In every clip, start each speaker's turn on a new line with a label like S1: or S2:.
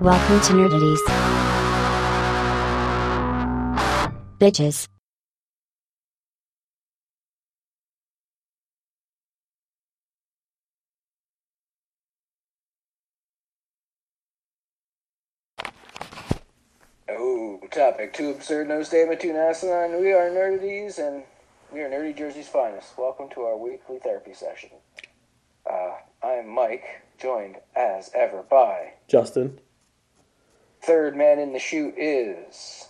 S1: Welcome to Nerdities. Bitches.
S2: Oh, topic too absurd, no statement too asinine. We are nerdities, and we are nerdy Jersey's finest. Welcome to our weekly therapy session. Uh, I'm Mike, joined as ever by
S3: Justin.
S2: third man in the shoot is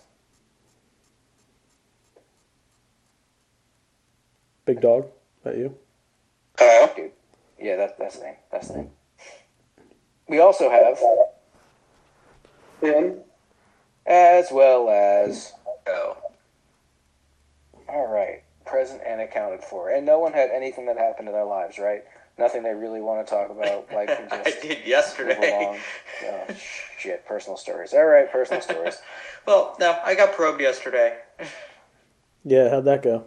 S3: Big dog. That you?
S4: Hello?
S2: dude. Yeah, that, that's the name. That's the name. We also have,
S4: Tim?
S2: as well as,
S4: Oh.
S2: all right, present and accounted for. And no one had anything that happened in their lives, right? Nothing they really want to talk about. Like
S4: I
S2: just
S4: did
S2: move along.
S4: yesterday.
S2: Oh, shit, personal stories. All right, personal stories.
S4: Well, no, I got probed yesterday.
S3: Yeah, how'd that go?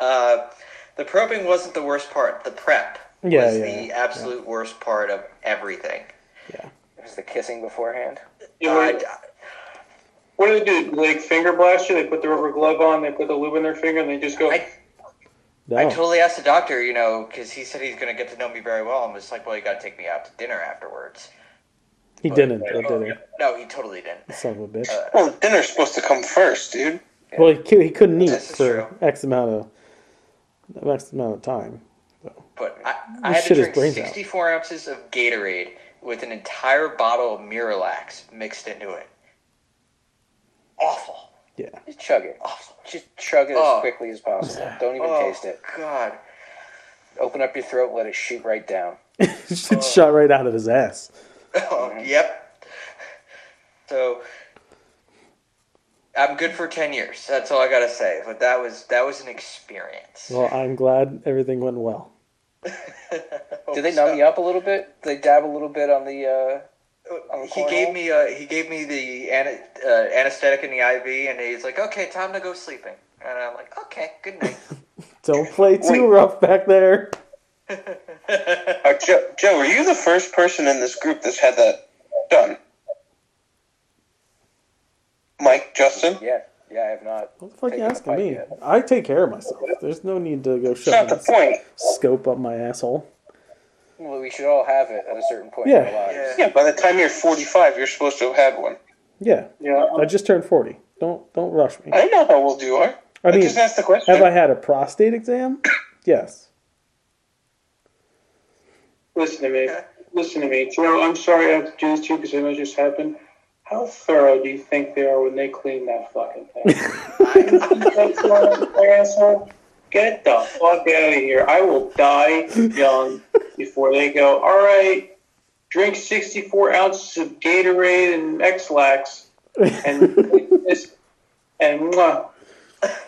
S4: Uh, the probing wasn't the worst part. The prep
S3: Yeah,
S4: was
S3: yeah,
S4: the
S3: yeah.
S4: absolute worst part of everything.
S2: It was the kissing beforehand.
S5: Yeah, what,
S4: Uh,
S5: what do they do? Do they finger blast you? They put the rubber glove on, they put the lube in their finger, and they just go.
S4: I-
S3: No.
S4: I totally asked the doctor, you know, because he said he's going to get to know me very well. I'm just like, well, you got to take me out to dinner afterwards.
S3: he didn't. That did he?
S4: No, he totally didn't.
S3: Son of a bitch.
S5: Well, dinner's supposed to come first, dude.
S3: well, he, cou- he couldn't eat
S4: This is
S3: for
S4: true.
S3: X amount of X amount of time.
S4: But I, I had
S3: This
S4: to
S3: shit is
S4: drink
S3: brains out.
S4: 64 ounces of Gatorade with an entire bottle of Miralax mixed into it. Awful.
S3: Yeah.
S2: Just chug it.
S4: Awful.
S2: Just chug it
S4: Oh.
S2: as quickly as possible. Don't even
S4: Oh,
S2: taste it.
S4: God.
S2: Open up your throat, let it shoot right down.
S3: Shit shot right out of his ass.
S4: Oh,
S3: Mm-hmm.
S4: yep. So I'm good for 10 years. That's all I got to say. But that was that was an experience.
S3: Well, I'm glad everything went well. oh,
S2: Did they numb you up a little bit? Did they dab a little bit on the uh, on the
S4: He
S2: cornhole?
S4: gave me uh, he gave me the ana- uh, anesthetic and the IV and he's like, "Okay, time to go sleeping." And I'm like, "Okay, good night."
S3: Don't play too rough back there.
S6: Uh, Joe, Joe, were you the first person in this group that's had that done? Mike, Justin?
S2: Yeah, yeah, I have not.
S3: What the fuck you
S2: Taking a
S3: asking me?
S2: bite
S3: I take care of myself. There's no need to go
S6: That's not
S3: shove
S6: the
S3: this
S6: point.
S3: scope up my asshole.
S2: Well, we should all have it at a certain point in
S3: Yeah.
S2: our lives.
S4: Yeah.
S6: Yeah, by the time you're 45, you're supposed to have had one.
S3: Yeah.
S5: Yeah.
S3: I just turned forty. Don't don't rush me.
S6: I know how old you are.
S3: I
S6: I,
S3: mean,
S6: just asked the question.
S3: have I had a prostate exam? Yes.
S5: Listen to me. Listen to me. Joe, I'm sorry I have to do this to you because I know it just happened. How thorough do you think they are when they clean that fucking thing? That's not an asshole. Get the fuck out of here. I will die young before they go, all right, drink 64 ounces of Gatorade and X-Lax and, this- and mwah.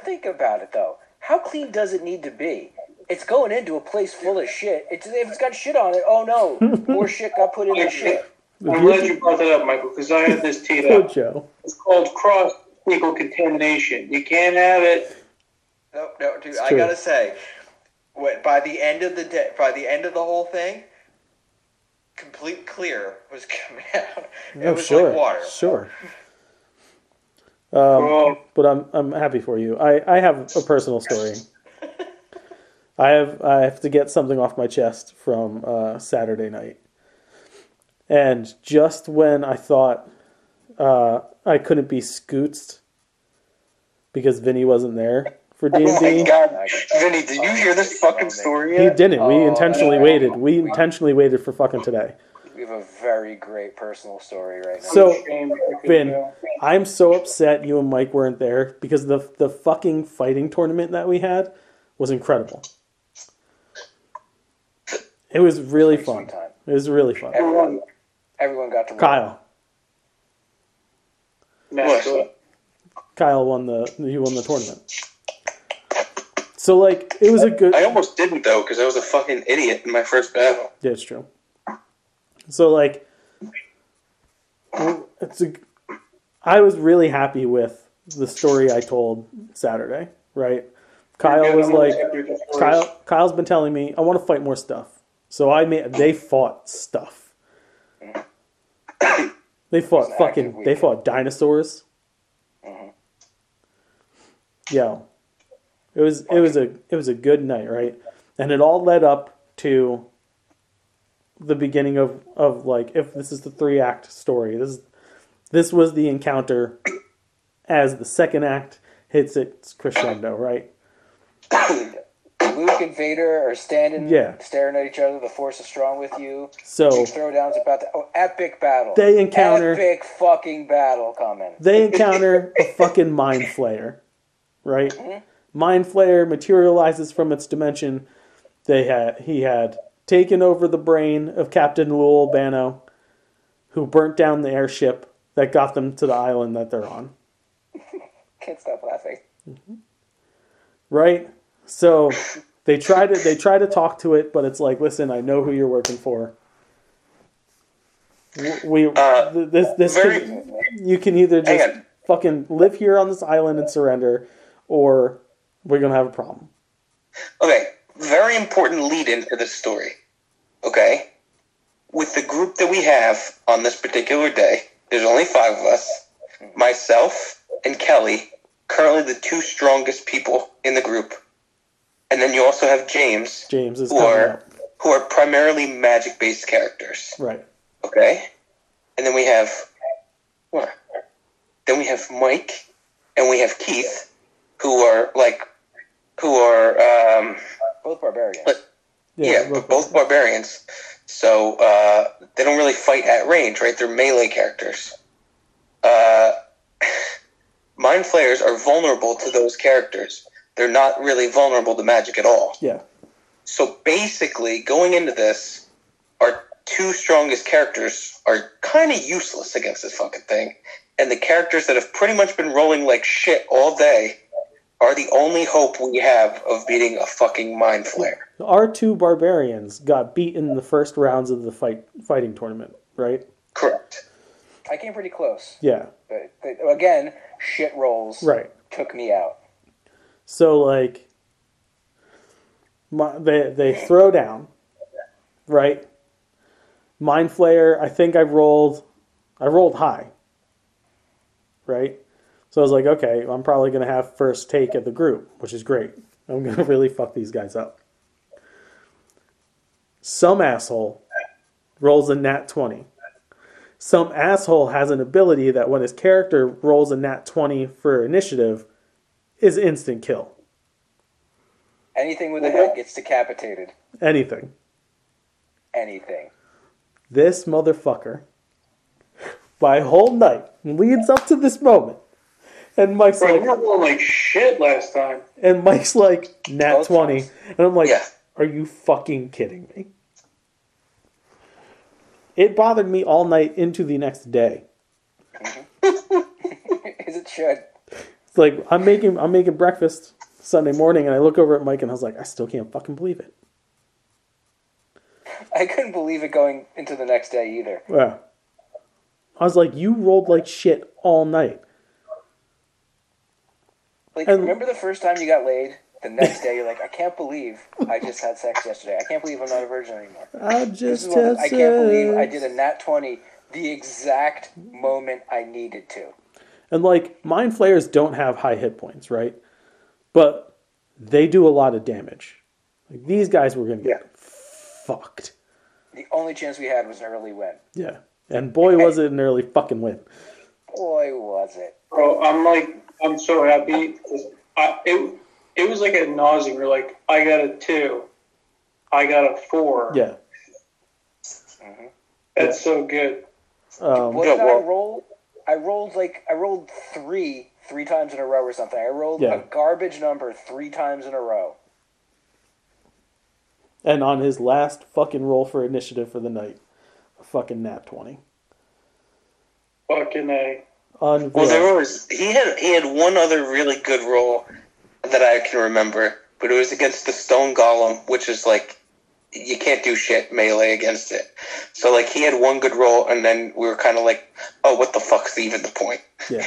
S2: Think about it though. How clean does it need to be? It's going into a place full of shit. It's, if it's got shit on it, oh no, more shit got put in the shit.
S5: I'm glad you brought that up, Michael, because I had this teed
S3: Good
S5: up.
S3: Joe.
S5: It's called cross-fecal contamination. You can't have it.
S4: No, no, dude. I
S3: true.
S4: gotta say, what by the end of the day, by the end of the whole thing, complete clear was coming out. It
S3: Oh,
S4: was
S3: sure.
S4: like water.
S3: Sure. Um,
S5: Well,
S3: But I'm I'm happy for you. I, I have a personal story. I have I have to get something off my chest from uh, Saturday night. And just when I thought uh, I couldn't be scooched because Vinny wasn't there for D
S6: Oh
S3: and
S6: my
S3: D,
S6: god. Vinny, did you hear this fucking story?
S3: he
S6: yet?
S3: didn't. We
S2: Oh,
S3: intentionally
S2: yeah.
S3: waited. We intentionally waited for fucking today.
S2: We have a very great personal story right now.
S3: So
S5: shame.
S3: Finn, I'm so upset you and Mike weren't there because the the fucking fighting tournament that we had was incredible. It was really fun.
S2: Sometime.
S3: It was really fun.
S2: everyone, everyone got to
S3: Kyle,
S5: Matt, go-
S3: Kyle won the he won the tournament. So like it was a good.
S6: I almost didn't, though, because I was a fucking idiot in my first battle.
S3: Yeah, it's true. So like, it's a. I was really happy with the story I told Saturday. Right, Kyle was like, Kyle, Kyle's been telling me I want to fight more stuff, so I made they fought stuff. They fought
S2: an active
S3: fucking. They
S2: weekend.
S3: fought dinosaurs.
S2: Mhm.
S3: Yeah, it was it was a it was a good night, right? And it all led up to the beginning of of like if this is the three act story. This is- this was the encounter as the second act hits its crescendo, right?
S2: Luke and Vader are standing,
S3: Yeah.
S2: staring at each other. The Force is strong with you.
S3: So
S2: Big throwdown's about to. Oh, epic battle.
S3: They encounter-
S2: Epic fucking battle coming.
S3: they encounter a fucking mind flayer, right? Mind flayer materializes from its dimension. They had he had taken over the brain of Captain Lul Albano, who burnt down the airship that got them to the island that they're on.
S2: Can't stop laughing.
S3: right? So they try to they try to talk to it, but it's like, listen, I know who you're working for. W- We
S6: Uh,
S3: th- this this
S6: very-
S3: can- you can either just
S6: on.
S3: fucking live here on this island and surrender, or we're gonna have a problem.
S6: Okay, very important lead into this story. Okay, with the group that we have on this particular day, there's only five of us myself and Kelly, currently the two strongest people in the group. And then you also have James,
S3: James is
S6: who
S3: coming
S6: are,
S3: up,
S6: who are primarily magic based characters.
S3: right?
S6: Okay. And then we have what? Then we have Mike and we have Keith who are like who are um
S2: Both barbarians.
S6: But- yeah,
S3: look,
S6: but both barbarians. So uh they don't really fight at range, right? They're melee characters. Uh mind flayers are vulnerable to those characters. They're not really vulnerable to magic at all.
S3: yeah,
S6: So basically, going into this, our two strongest characters are kind of useless against this fucking thing. And the characters that have pretty much been rolling like shit all day are the only hope we have of beating a fucking mind flare.
S3: our two barbarians got beat in the first rounds of the fight fighting tournament, right?
S6: Correct.
S2: I came pretty close.
S3: Yeah,
S2: But, but again, shit rolls
S3: right.
S2: took me out.
S3: So like, my, they they throw down, right? Mind flayer. I think I rolled, I rolled high, right? So I was like, okay, I'm probably gonna have first take at the group, which is great. I'm gonna really fuck these guys up. Some asshole rolls a nat twenty. Some asshole has an ability that when his character rolls a nat twenty for initiative, is instant kill.
S2: Anything with a head gets decapitated.
S3: Anything.
S2: Anything.
S3: This motherfucker, my whole night leads up to this moment, and Mike's
S5: Bro, you
S3: like,
S5: were going like shit last time.
S3: and Mike's like, nat
S2: Both
S3: twenty,
S2: times.
S3: and I'm like,
S6: Yeah.
S3: are you fucking kidding me? It bothered me all night into the next day.
S2: Is it should?
S3: It's like I'm making I'm making breakfast Sunday morning, and I look over at Mike, and I was like, I still can't fucking believe it.
S2: I couldn't believe it going into the next day either.
S3: Yeah. I was like, you rolled like shit all night.
S2: Like,
S3: And-
S2: remember the first time you got laid? The next day, you're like, I can't believe I just had sex yesterday. I can't believe I'm not a virgin anymore.
S3: I
S2: This
S3: just
S2: is one of
S3: had
S2: the- I can't believe I
S3: sex.
S2: did a nat 20 the exact moment I needed to.
S3: And like mind flayers don't have high hit points, right? But they do a lot of damage. Like these guys were gonna get fucked.
S2: The only chance we had was an early win.
S3: Yeah. And boy was it an early fucking win.
S2: Boy, was it.
S5: Bro, I'm like, I'm so happy. 'cause I, it, it was like a nausea. You're like, I got a two. I got a four.
S3: Yeah.
S5: That's so good.
S3: Um,
S2: What
S6: Yeah,
S2: did
S6: well-
S2: I roll? I rolled like I rolled three three times in a row or something. I rolled
S3: Yeah.
S2: a garbage number three times in a row.
S3: and on his last fucking roll for initiative for the night, a fucking nap twenty.
S5: Fucking A.
S3: Unreal.
S6: Well, there was he had he had one other really good role that I can remember, but it was against the stone golem, which is like you can't do shit melee against it. So like he had one good roll, and then we were kind of like, oh, what the fuck's even the point?
S3: yeah.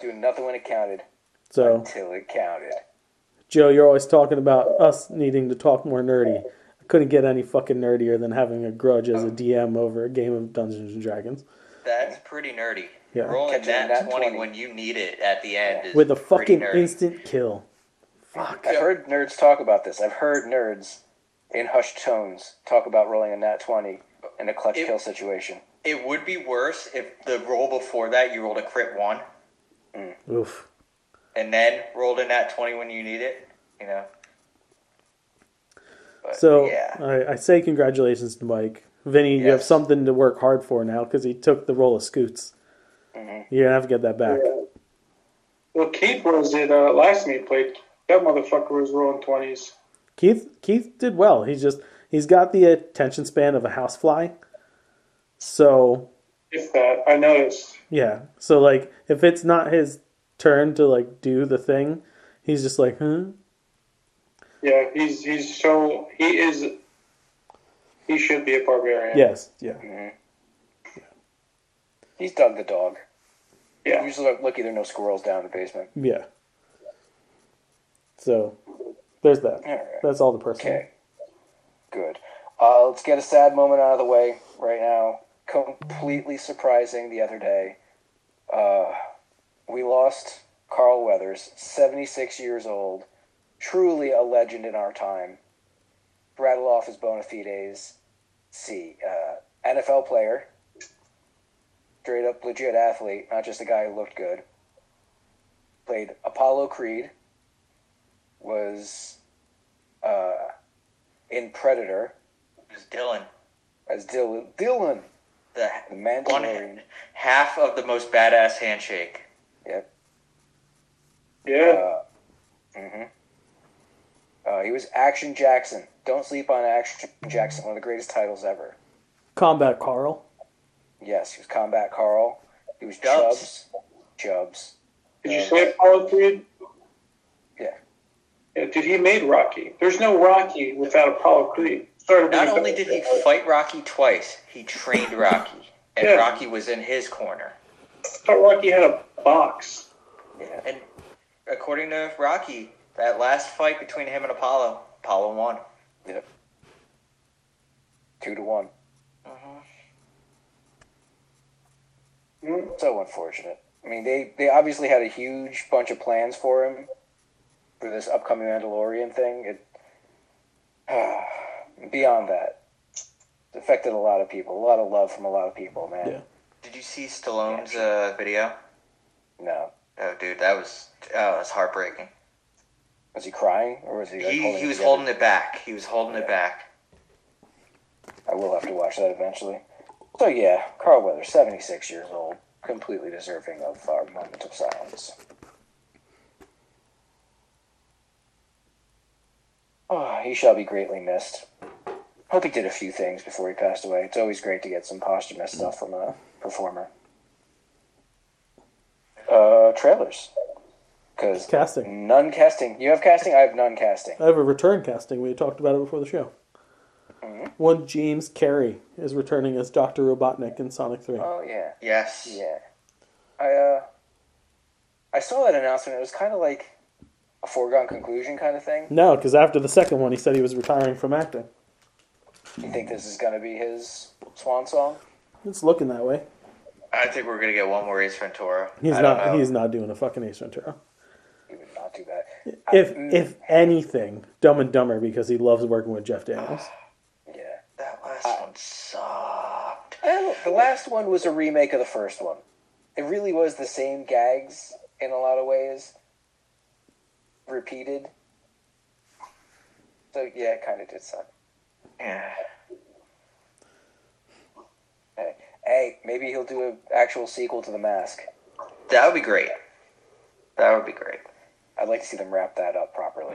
S2: Doing nothing when it counted
S3: So
S2: till it counted.
S3: Joe, you're always talking about us needing to talk more nerdy. I Couldn't get any fucking nerdier than having a grudge as a DM over a game of Dungeons and Dragons
S4: That's pretty nerdy.
S3: Yeah.
S4: Rolling
S2: Catching
S4: that,
S2: that
S4: 20,
S2: 20.
S4: when you need it at the end is
S3: with a
S4: pretty
S3: fucking
S4: nerdy.
S3: instant kill. Fuck.
S2: I've heard nerds talk about this. I've heard nerds in hushed tones talk about rolling a nat 20 in a clutch
S4: It-
S2: kill situation.
S4: It would be worse if the roll before that you rolled a crit one
S3: Oof.
S4: and then rolled a nat 20 when you need it. You know? But,
S3: So
S4: yeah.
S3: I, I say congratulations to Mike. Vinny, you have
S4: Yes.
S3: something to work hard for now because he took the role of Scoots. You're gonna have to get that back.
S5: Yeah. Well, Keith was it uh, last time he played. That motherfucker was rolling twenties.
S3: Keith Keith did well. He's just he's got the attention span of a housefly. So
S5: If that, I noticed.
S3: yeah. So like if it's not his turn to like do the thing, he's just like, huh?
S5: Yeah, he's he's so he is. He should be a barbarian.
S3: Yes, yeah.
S2: He's Doug the dog.
S5: Yeah.
S2: Usually, look- lucky there are no squirrels down in the basement.
S3: Yeah. So there's that.
S2: Alright.
S3: That's all the personal.
S2: Okay. Good. Uh, let's get a sad moment out of the way right now. Completely surprising the other day. Uh, we lost Carl Weathers, 76 years old, truly a legend in our time. Rattle off his bona fides. See, uh, NFL player, straight up legit athlete, not just a guy who looked good. Played Apollo Creed, was uh, in Predator
S4: It was Dylan.
S2: as Dylan. Dylan,
S4: The,
S2: the
S4: one,
S2: Mandalorian.
S4: half of the most badass handshake.
S2: Yep.
S5: Yeah.
S2: Uh, hmm uh, he was Action Jackson. Don't sleep on Action Jackson. One of the greatest titles ever.
S3: Combat Carl.
S2: Yes, he was Combat Carl. He was Chubbs.
S4: Chubbs.
S2: Chubbs.
S5: Did you say Apollo Creed?
S2: Yeah.
S5: Yeah, dude, he made Rocky. There's no Rocky without Apollo Creed. Started
S4: Not
S5: being-
S4: only did he fight Rocky twice, he trained Rocky. And
S5: Yeah.
S4: Rocky was in his corner.
S5: I thought Rocky had a box.
S2: Yeah.
S4: And according to Rocky, that last fight between him and Apollo, Apollo won.
S2: Yep. Two to one.
S4: Mm-hmm.
S5: Hmm?
S2: Mm-hmm. So unfortunate. I mean, they, they obviously had a huge bunch of plans for him for this upcoming Mandalorian thing. It beyond that, it affected a lot of people. A lot of love from a lot of people, man.
S3: Yeah.
S4: Did you see Stallone's uh, video?
S2: No,
S4: Oh, dude, that was oh, that was heartbreaking.
S2: was he crying or was he? Like,
S4: He
S2: holding
S4: he
S2: it
S4: was
S2: together?
S4: holding it back. He was holding it back.
S2: I will have to watch that eventually. So yeah, Carl Weather, seventy-six years old, completely deserving of our moment of silence. Oh, he shall be greatly missed. Hope he did a few things before he passed away. It's always great to get some posthumous stuff from a performer. Uh, trailers, because
S3: Casting.
S2: none casting. You have casting. I have none casting.
S3: I have a return casting. We talked about it before the show.
S4: Mm-hmm.
S3: One James Carey is returning as Doctor Robotnik in Sonic Three.
S2: Oh yeah.
S4: Yes.
S2: Yeah. I uh I saw that announcement. It was kind of like a foregone conclusion kind of thing.
S3: No, because after the second one, he said he was retiring from acting.
S2: You think this is going to be his swan song?
S3: It's looking that way.
S4: I think we're gonna get one more Ace Ventura.
S3: He's
S4: I don't
S3: not.
S4: know.
S3: He's not doing a fucking Ace Ventura.
S2: He would not do that.
S3: If
S2: mm.
S3: if anything, Dumb and Dumber because he loves working with Jeff Daniels.
S2: Yeah.
S4: That last one sucked.
S2: Well, the last one was a remake of the first one. It really was the same gags in a lot of ways, repeated. So yeah, it kind of did suck.
S4: Yeah.
S2: Hey, hey, maybe he'll do an actual sequel to The Mask.
S4: That would be great. That would be great.
S2: I'd like to see them wrap that up properly.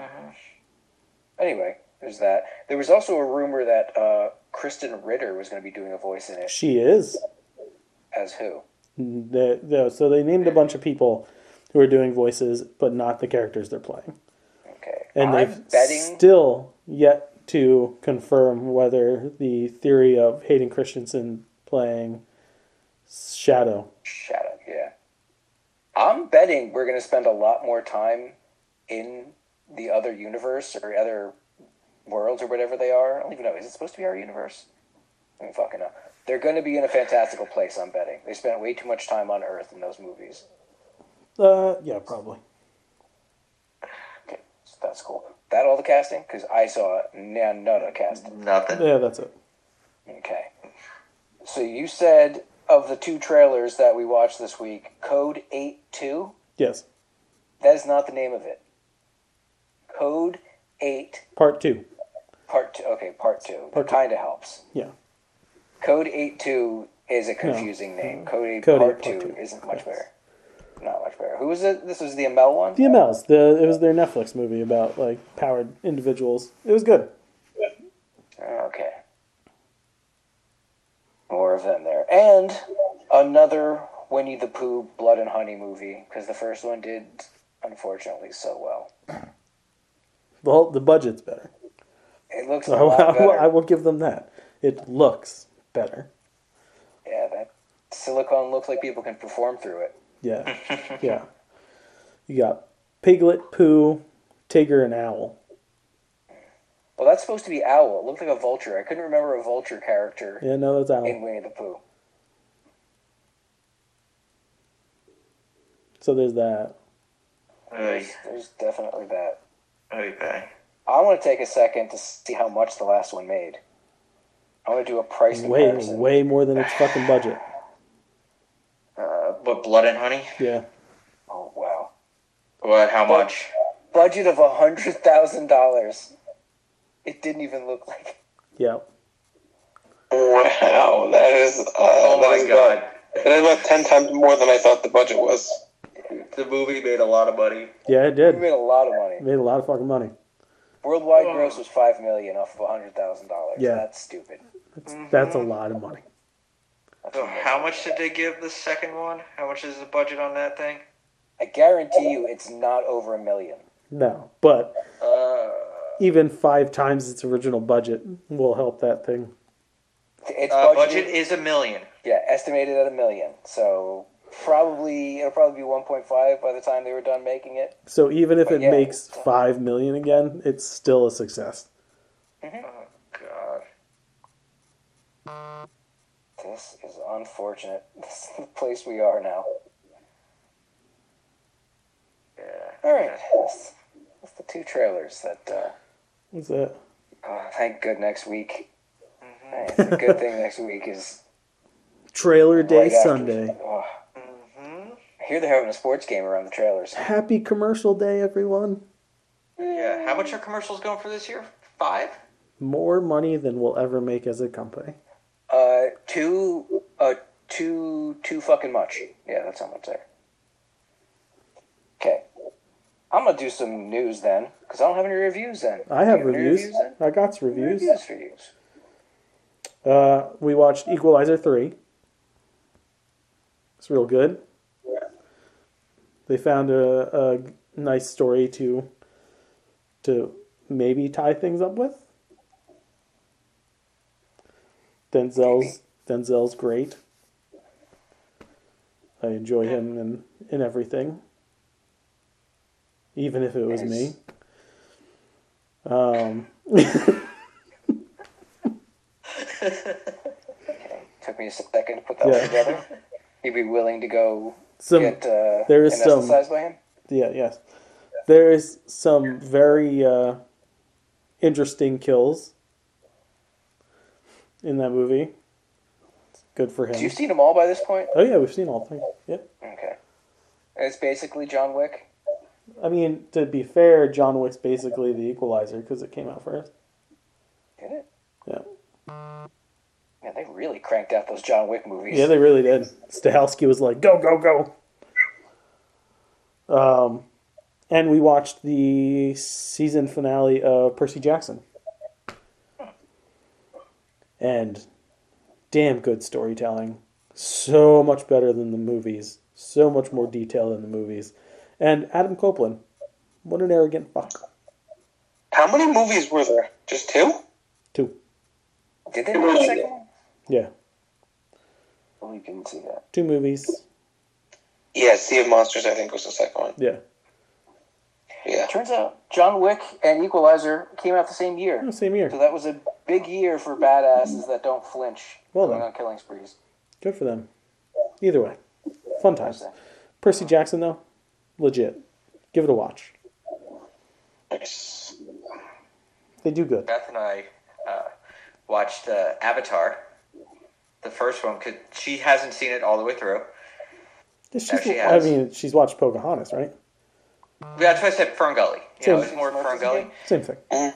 S2: Anyway, there's that. There was also a rumor that uh, Kristen Ritter was going to be doing a voice in it
S3: She is.
S2: as who?
S3: The, the, so they named a bunch of people who are doing voices, but not the characters they're playing.
S2: Okay,
S3: and
S2: I'm
S3: they've
S2: betting.
S3: still yet to confirm whether the theory of Hayden Christensen playing Shadow.
S2: Shut up. Yeah, I'm betting we're going to spend a lot more time in the other universe or other worlds or whatever they are. I don't even know. Is it supposed to be our universe? I don't fucking know. They're going to be in a fantastical place. I'm betting they spent way too much time on Earth in those movies.
S3: Uh, yeah, probably.
S2: Okay, so that's cool. That all the casting because I saw nah, none of the casting.
S4: Nothing.
S3: Yeah, that's it.
S2: Okay. So you said of the two trailers that we watched this week, Code 82,
S3: Yes,
S2: that is not the name of it. Code 8,
S3: part two.
S2: part 2. Okay, part 2.
S3: Part
S2: that
S3: two.
S2: kind of helps.
S3: Yeah.
S2: Code 82 is a confusing name. Code 8
S3: Mm-hmm. Code
S2: part,
S3: 8,
S2: 2
S3: part two.
S2: isn't much better. Not much better. Who was it? This was the ML one?
S3: DMLs. The it was their Netflix movie about like powered individuals. It was good.
S2: Okay. More of them there. And another Winnie the Pooh Blood and Honey movie, because the first one did, unfortunately, so well.
S3: The whole, the budget's better.
S2: It looks a
S3: So
S2: lot
S3: I, will, Oh, I
S2: better.
S3: will give them that. It looks better.
S2: Yeah, that silicone looks like people can perform through it.
S3: Yeah, yeah. You got Piglet, Pooh, Tigger, and Owl.
S2: Well, that's supposed to be Owl. It looked like a vulture. I couldn't remember a vulture character
S3: Yeah, no, that's
S2: in
S3: Owl.
S2: Winnie the Pooh.
S3: So there's that.
S4: Oy,
S2: There's definitely that.
S4: oy vey.
S2: I want to take a second to see how much the last one made. I want to do a price
S3: Way,
S2: comparison.
S3: way more than its fucking budget.
S4: Uh, what blood and honey?
S3: Yeah.
S2: Oh, wow.
S4: What? How much?
S2: budget of a hundred thousand dollars. It didn't even look like.
S3: Yeah.
S6: Wow, that is. Uh,
S4: Oh
S6: that
S4: my
S6: is
S4: god.
S6: about- That is about ten times more than I thought the budget was.
S4: The movie made a lot of money.
S3: Yeah,
S2: We
S3: it did.
S2: made a lot of money.
S3: made a lot of fucking money.
S2: Worldwide gross was five million off of a hundred thousand dollars.
S3: Yeah.
S2: that's stupid.
S3: That's,
S2: Mm-hmm.
S3: that's a lot of money.
S4: So how much did they give the second one? How much is the budget on that thing?
S2: I guarantee you, it's not over a million.
S3: No, but
S4: Uh,
S3: even five times its original budget will help that thing.
S2: It's
S4: uh,
S2: budgeted,
S4: budget is a million.
S2: yeah, estimated at a million. So probably it'll probably be one point five by the time they were done making it.
S3: So even if
S2: But
S3: it
S2: yeah.
S3: makes five million again, it's still a success.
S4: Oh god.
S2: This is unfortunate. This is the place we are now.
S4: Yeah.
S2: All right, that's, that's the two trailers that. Uh,
S3: Is that?
S2: Oh, thank good next week. Hey, it's a good thing next week is
S3: Trailer Day
S2: right after-
S3: Sunday.
S2: Oh. I hear they're having a sports game around the trailers.
S3: Happy commercial day, everyone.
S4: Yeah. How much are commercials going for this year? Five.
S3: More money than we'll ever make as a company.
S2: Uh, too, uh, too, too fucking much. Yeah, that's how much there. Okay, I'm gonna do some news then, because I don't have any reviews then.
S3: I have
S2: You any
S3: reviews.
S2: then?
S3: I got
S2: Reviews.
S3: reviews.
S2: for yous.
S3: Uh, we watched Equalizer 3. It's real good. They found a, a nice story to to maybe tie things up with. Denzel's Denzel's great. I enjoy him in, in everything. Even if it was me. Um,
S2: Took me a second to put that
S3: Yeah.
S2: one together. You'd be willing to go
S3: some
S2: get uh,
S3: there is some-
S2: anesthetized by him?
S3: Yeah, yes. There is some very uh, interesting kills in that movie. It's good for him.
S2: You've seen them all by this point.
S3: Oh yeah, we've seen all three. Yep.
S2: Okay, And it's basically John Wick.
S3: I mean, to be fair, John Wick's basically the equalizer because it came out first.
S2: Did it?
S3: Yeah.
S2: Yeah, they really cranked out those John Wick movies.
S3: Yeah, they really did. Stahelski was like, "Go, go, go." Um, and we watched the season finale of Percy Jackson, and damn good storytelling. So much better than the movies. So much more detail than the movies. And Adam Copeland, what an arrogant fuck.
S6: How many movies were there? Just two?
S3: Two.
S2: Did they make a second one?
S3: Yeah,
S2: Oh, you didn't see that.
S3: two movies.
S6: Yeah, Sea of Monsters, I think, was the second one.
S3: Yeah,
S6: Yeah.
S2: Turns out John Wick and Equalizer came out the same year.
S3: Same year.
S2: So that was a big year for badasses that don't flinch
S3: Well
S2: going
S3: done.
S2: on killing sprees.
S3: Good for them. Either way, fun times.
S2: Interesting.
S3: Percy Jackson, though, legit. Give it a watch.
S5: Nice.
S3: They do good.
S4: Beth and I uh, watched uh, Avatar, the first one, because she hasn't seen it all the way through.
S3: She's,
S4: she
S3: I
S4: has.
S3: mean, she's watched Pocahontas, right?
S4: Yeah, That's why I said Ferngully. You know,
S3: Same.
S4: it's more Ferngully.
S3: Same thing.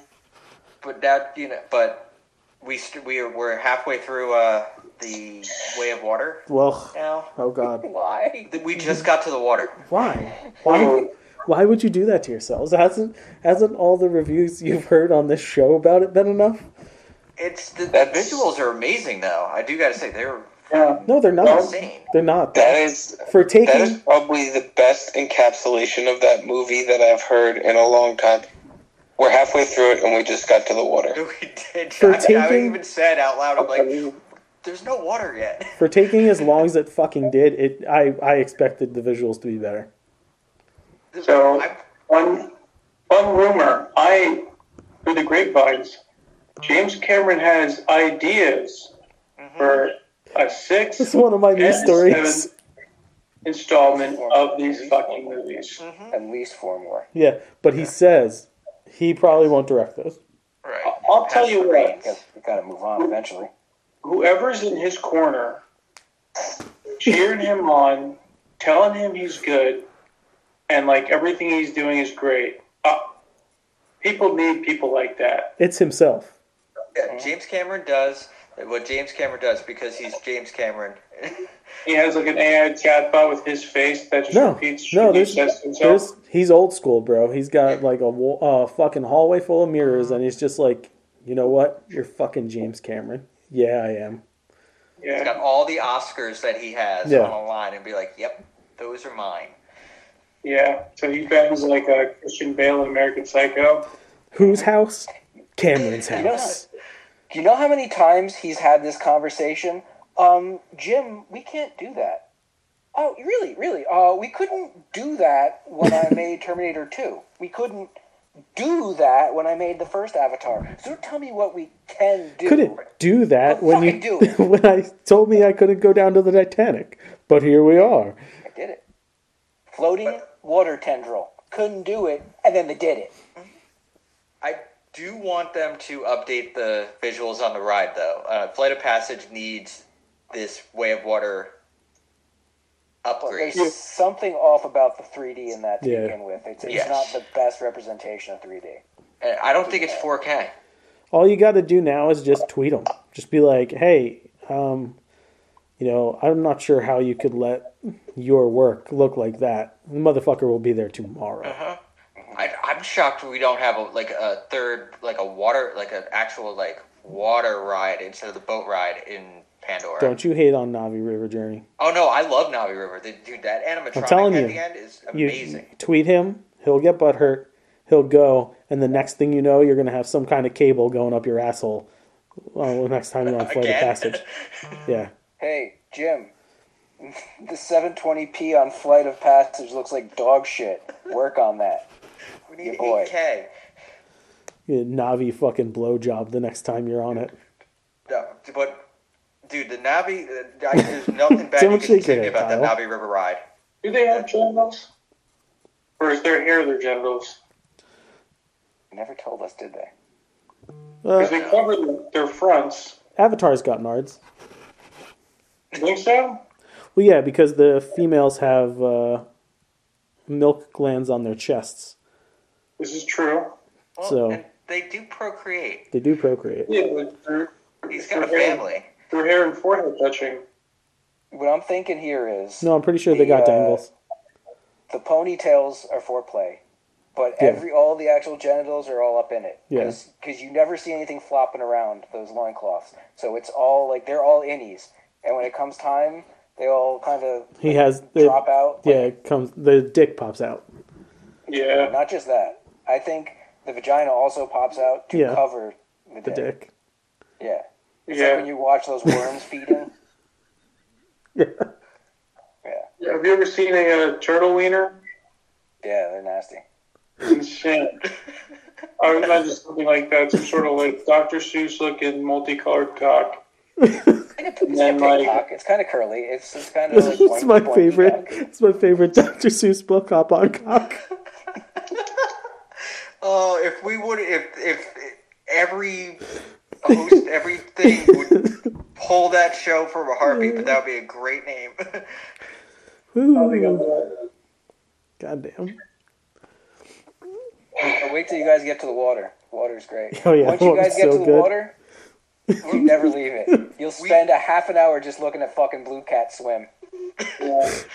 S4: But that you know, but we st- we are, we're halfway through uh, the Way of Water
S3: Well,
S4: now.
S3: oh god,
S2: Why?
S4: Th- We just got to the water.
S3: why? Why? Why would you do that to yourselves? Hasn't hasn't all the reviews you've heard on this show about it been enough?
S4: It's the, the
S6: That's-
S4: visuals are amazing though. I do gotta say they were
S5: Yeah.
S3: No, they're not.
S4: insane.
S3: They're not.
S6: That is
S3: For
S6: that is
S3: taking
S6: probably the best encapsulation of that movie that I've heard in a long time. We're halfway through it and we just got to the water.
S4: We did.
S3: For
S4: I, I
S3: taking-
S4: even said out loud, I'm
S5: I
S4: like,
S5: mean,
S4: "There's no water yet."
S3: for taking as long as it fucking did. It I I expected the visuals to be better.
S5: So-
S4: I'm-
S5: One, one rumor. I, through the grapevines, James Cameron has ideas
S4: Mm-hmm.
S5: for a
S3: It's
S5: six
S3: one of my new
S5: and
S3: stories.
S5: seven installment of these fucking movies.
S2: At least four more.
S3: Yeah, but he says he probably won't direct those.
S4: right.
S5: I'll tell you what.
S2: Because we gotta move on eventually.
S5: Whoever's in his corner, cheering him on, telling him he's good, and like everything he's doing is great. Uh, people need people like that.
S3: It's himself.
S4: Yeah, James Cameron does what James Cameron does because he's James Cameron.
S5: He has like an AI chatbot with his face that just
S3: No,
S5: repeats
S3: no,
S5: what he
S3: there's,
S5: says to himself.
S3: there's he's old school, bro. He's got like a wa- uh, fucking hallway full of mirrors, and he's just like, you know what? You're fucking James Cameron. Yeah, I am.
S4: He's got
S5: Yeah,
S4: all the Oscars that he has
S3: Yeah.
S4: on a line and be like, "Yep, those are mine."
S5: yeah. So he becomes like a Christian Bale in American Psycho.
S3: Whose house? Cameron's house.
S2: Do you know how many times he's had this conversation? Um, Jim, we can't do that. Oh, really, really? Uh, we couldn't do that when I made Terminator 2. We couldn't do that when I made the first Avatar. So don't tell me what we can do.
S3: Couldn't do that
S2: Well,
S3: when you
S2: fucking do
S3: when I told me I couldn't go down to the Titanic, but here we are.
S2: I did it. Floating water tendril. Couldn't do it, and then they did it.
S4: I do want them to update the visuals on the ride, though. Uh, Flight of Passage needs this Way of Water upgrade.
S2: There's something off about the 3D in that to
S3: Yeah.
S2: begin with. It's, it's
S4: Yes.
S2: not the best representation of 3D.
S4: And I don't think it's 4K.
S3: all you got to do now is just tweet them. Just be like, hey, um, you know, I'm not sure how you could let your work look like that. The motherfucker will be there tomorrow.
S4: Uh-huh. I, I'm shocked we don't have a, like a third, like a water, like an actual like water ride instead of the boat ride in Pandora.
S3: Don't you hate on Navi River Journey?
S4: Oh no, I love Navi River. They, dude, that animatronic
S3: telling
S4: at
S3: you.
S4: the end is
S3: You
S4: amazing.
S3: tweet him, he'll get butthurt, he'll go, and the next thing you know, you're gonna have some kind of cable going up your asshole. Well, the next time you're on Flight of
S4: Again?
S3: Passage, yeah.
S2: Hey, Jim. The 720p on Flight of Passage looks like dog shit. Work on that.
S4: we need
S2: Yeah, boy.
S4: 8K.
S3: You Navi fucking blowjob the next time you're on it.
S4: No, but dude, the Navi, uh, I- there's nothing bad
S3: Don't
S4: you can
S3: shake your
S4: say
S3: head,
S4: about that
S3: Kyle.
S4: Navi River ride.
S5: Do they have genitals? Or is their hair their genitals?
S2: Never told us, did they?
S3: Uh,
S5: Because they cover their fronts.
S3: Avatar's got nards.
S5: You think so?
S3: Well, yeah, because the females have uh, milk glands on their chests,
S5: This is true.
S4: Well,
S2: Oh,
S3: So-
S4: and they do procreate.
S3: they do procreate.
S5: Yeah, but their,
S4: He's got a
S5: Their hair-
S4: family.
S5: Their hair and forehead touching.
S2: What I'm thinking here is
S3: No, I'm pretty sure they got
S2: The, uh,
S3: dangles.
S2: the ponytails are foreplay, but
S3: Yeah.
S2: every all the actual genitals are all up in it.
S3: Yeah.
S2: Because you never see anything flopping around those loincloths. So it's all like they're all innies. And when it comes time, they all kind of
S3: He has the
S2: drop out.
S3: yeah, it comes the dick pops out.
S5: Yeah.
S2: Not just that. I think the vagina also pops out to
S3: Yeah.
S2: cover the,
S3: The
S2: dick.
S3: dick.
S2: Yeah. It's like
S5: Yeah.
S2: when you watch those worms feeding.
S3: Yeah.
S2: Yeah.
S5: Have you ever seen a uh, turtle wiener?
S2: Yeah, they're nasty.
S5: and shit. I would imagine something like that, some sort of like Dr. Seuss looking multicolored cock.
S2: It's
S5: Then,
S2: kind of
S5: like-
S2: cock. It's kind of curly. It's, it's kind of like
S3: it's
S2: one-
S3: my
S2: one
S3: favorite.
S2: cock.
S3: It's my favorite Dr. Seuss book. Hop on cock.
S4: Oh, if we would, if if every host, everything would pull that show from a heartbeat, but that would be a great name.
S3: Ooh, goddamn.
S2: Or Wait till you guys get to the water. Water's great.
S3: Oh, yeah,
S2: Once you
S3: water's
S2: guys get to
S3: so
S2: the
S3: good.
S2: water, you never leave it. You'll spend a half an hour just looking at fucking blue cat swim.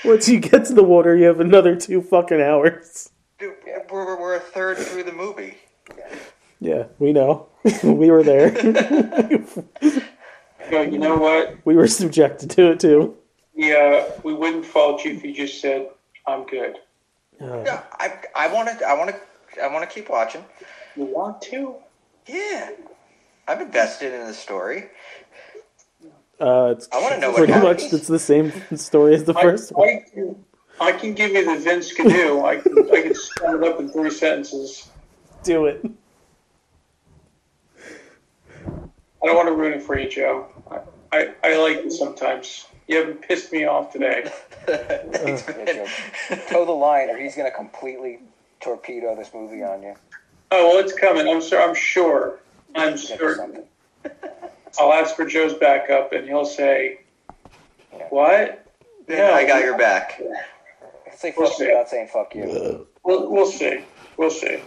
S3: Once you get to the water, you have another two fucking hours.
S4: Dude, we're, we're a third through the movie.
S3: Yeah, we know. we were there.
S5: Yo, you know what?
S3: we were subjected to it too.
S5: Yeah, we wouldn't fault you if you just said, I'm good.
S4: Yeah, I I want to I want to I want to keep watching.
S5: You want to?
S4: Yeah, I'm invested in the story.
S3: Uh, it's
S4: I wanna know what
S3: pretty much
S4: happens.
S3: it's the same story as the
S5: I,
S3: first one.
S5: I, can- I can give you the Vince Canoe. I can, I can sum it up in three sentences.
S3: Do it.
S5: I don't want to ruin it for you, Joe. I, I, I like it sometimes. You haven't pissed me off today.
S4: Thanks,
S2: Yeah,
S4: man.
S2: Joe. Toe the line, or he's gonna completely torpedo this movie on you.
S5: Oh well, it's coming. I'm sure. I'm sure. I'm
S2: Get
S5: certain.
S2: something.
S5: I'll ask for Joe's backup, and he'll say, "What?
S4: Yeah, I got your back.
S2: It's like
S5: We'll
S2: fuck you
S5: see.
S2: without saying fuck you.
S5: We'll, we'll see. We'll see."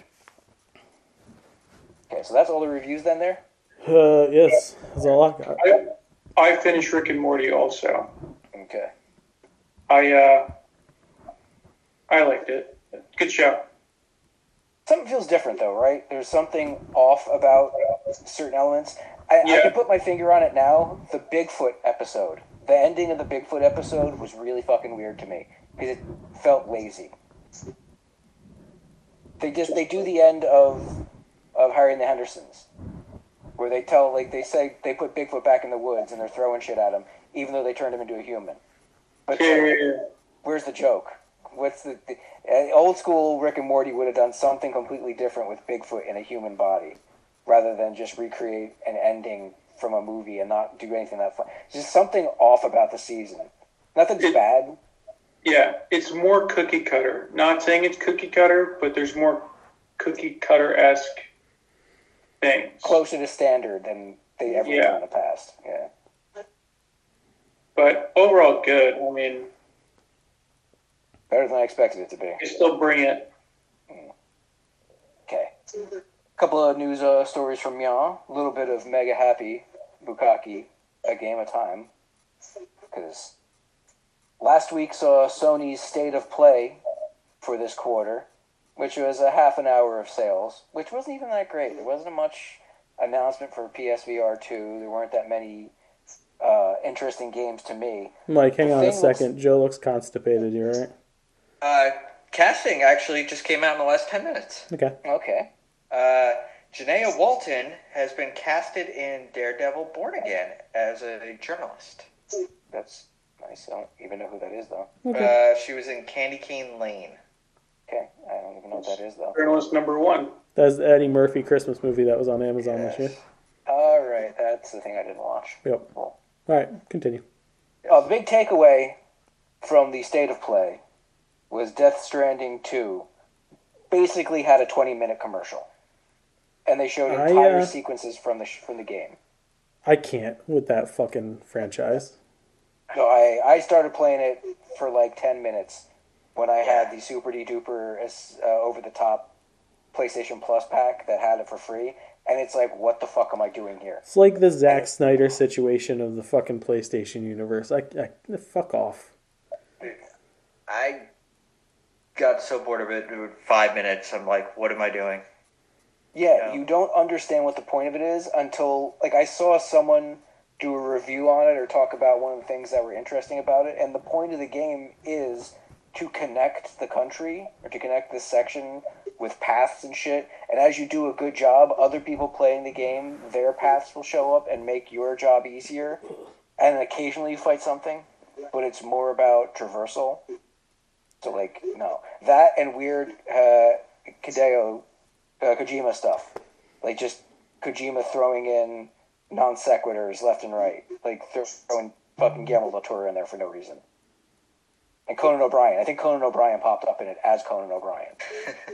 S2: Okay, so that's all the reviews then. There.
S3: Uh, yes, that's all I got.
S5: I, I finished Rick and Morty also.
S2: Okay.
S5: I uh, I liked it. Good show.
S2: Something feels different though, right? There's something off about certain elements. I, I
S5: Yeah.
S2: can put my finger on it now. The Bigfoot episode. The ending of the Bigfoot episode was really fucking weird to me because it felt lazy. They just they do the end of of Harry and the Hendersons, where they tell like they say they put Bigfoot back in the woods and they're throwing shit at him, even though they turned him into a human. But
S5: Yeah, yeah, yeah.
S2: where's the joke? What's the, the uh, old school Rick and Morty would have done something completely different with Bigfoot in a human body, rather than just recreate an ending from a movie and not do anything that fun. Just something off about the season. Nothing's
S5: It-
S2: bad.
S5: Yeah, it's more cookie cutter. Not saying it's cookie cutter, but there's more cookie cutter esque things.
S2: Closer to standard than they ever
S5: Yeah.
S2: done in the past. Yeah.
S5: But overall, good. I mean,
S2: Better than I expected it to be.
S5: you still bring it.
S2: Okay. couple of news uh, stories from y'all. A little bit of Mega Happy Bukaki, A Game of Time. Because last week saw Sony's State of Play for this quarter, which was a half an hour of sales, which wasn't even that great. There wasn't much announcement for PSVR 2. There weren't that many uh, interesting games to me.
S3: Mike, hang on a
S2: thing looks-
S3: second. Joe looks constipated. You all right?
S4: Uh, casting actually just came out in the last ten minutes.
S3: Okay.
S2: Okay.
S4: Uh, Janaea Walton has been casted in Daredevil Born Again as a journalist.
S2: That's nice. I don't even know who that is, though.
S4: Uh, she was in Candy Cane Lane.
S2: Okay. I don't even know what that is, though.
S5: journalist number one.
S3: That's the Eddie Murphy Christmas movie that was on Amazon this year.
S2: All right. That's the thing I didn't watch.
S3: Yep. All right, continue.
S2: Uh, the big takeaway from the state of play was Death Stranding 2 basically had a 20 minute commercial. And they showed
S3: I,
S2: entire
S3: uh,
S2: sequences from the sh- from the game.
S3: I can't with that fucking franchise.
S2: So I, I started playing it for like 10 minutes when I had the Super D Duper uh, over the top PlayStation Plus pack that had it for free. And it's like, what the fuck am I doing here?
S3: It's like the Zack Snyder situation of the fucking PlayStation universe. I, I fuck off.
S4: I got so bored of it. Dude, five minutes. I'm like, what am I doing?
S2: Yeah,
S4: Yeah.
S2: you don't understand what the point of it is until like I saw someone do a review on it or talk about one of the things that were interesting about it, and the point of the game is to connect the country or to connect this section with paths and shit. And as you do a good job, other people playing the game, their paths will show up and make your job easier. And occasionally you fight something, but it's more about traversal. So like no, that and weird uh, Kadeo, uh, Kojima stuff, like just Kojima throwing in non sequiturs left and right, like throwing fucking Guillermo del Toro in there for no reason. And Conan O'Brien, I think Conan O'Brien popped up in it as Conan O'Brien,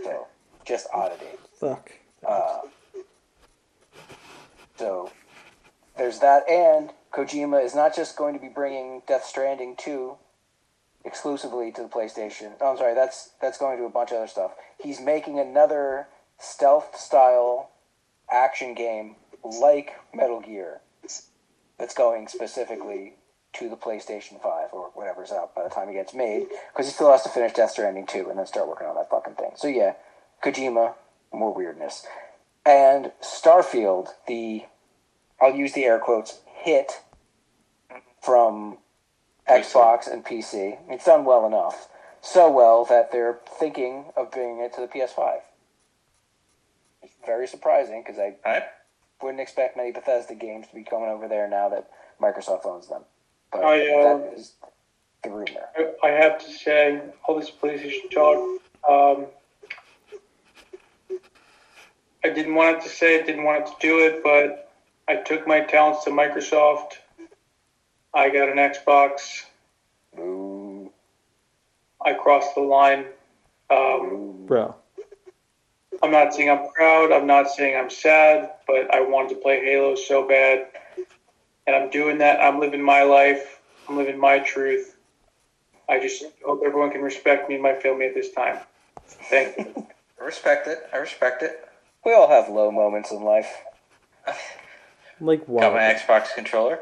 S2: so just oddity.
S3: Fuck.
S2: So there's that, and Kojima is not just going to be bringing Death Stranding two exclusively to the PlayStation. Oh, I'm sorry, that's that's going to a bunch of other stuff. He's making another stealth style action game like Metal Gear that's going specifically to the PlayStation Five or whatever's out by the time it gets made, because he still has to finish Death Stranding two and then start working on that fucking thing. So yeah, Kojima, more weirdness, and Starfield, the I'll use the air quotes hit from Xbox and PC. It's done well enough, so well that they're thinking of bringing it to the PS5. It's very surprising because I
S4: All right.
S2: wouldn't expect many Bethesda games to be coming over there now that Microsoft owns them. But
S5: I, uh,
S2: that is the rumor.
S5: I- I have to say, all this PlayStation talk, um, I didn't want it to say it, didn't want it to do it, but I took my talents to Microsoft. I got an Xbox.
S2: Boo,
S5: I crossed the line. Um,
S2: boo.
S3: Bro.
S5: I'm not saying I'm proud. I'm not saying I'm sad, but I wanted to play Halo so bad. And I'm doing that. I'm living my life. I'm living my truth. I just hope everyone can respect me and my family at this time. Thank you.
S4: I respect it. I respect it.
S2: We all have low moments in life.
S3: Like
S4: Got my
S3: why?
S4: Xbox controller.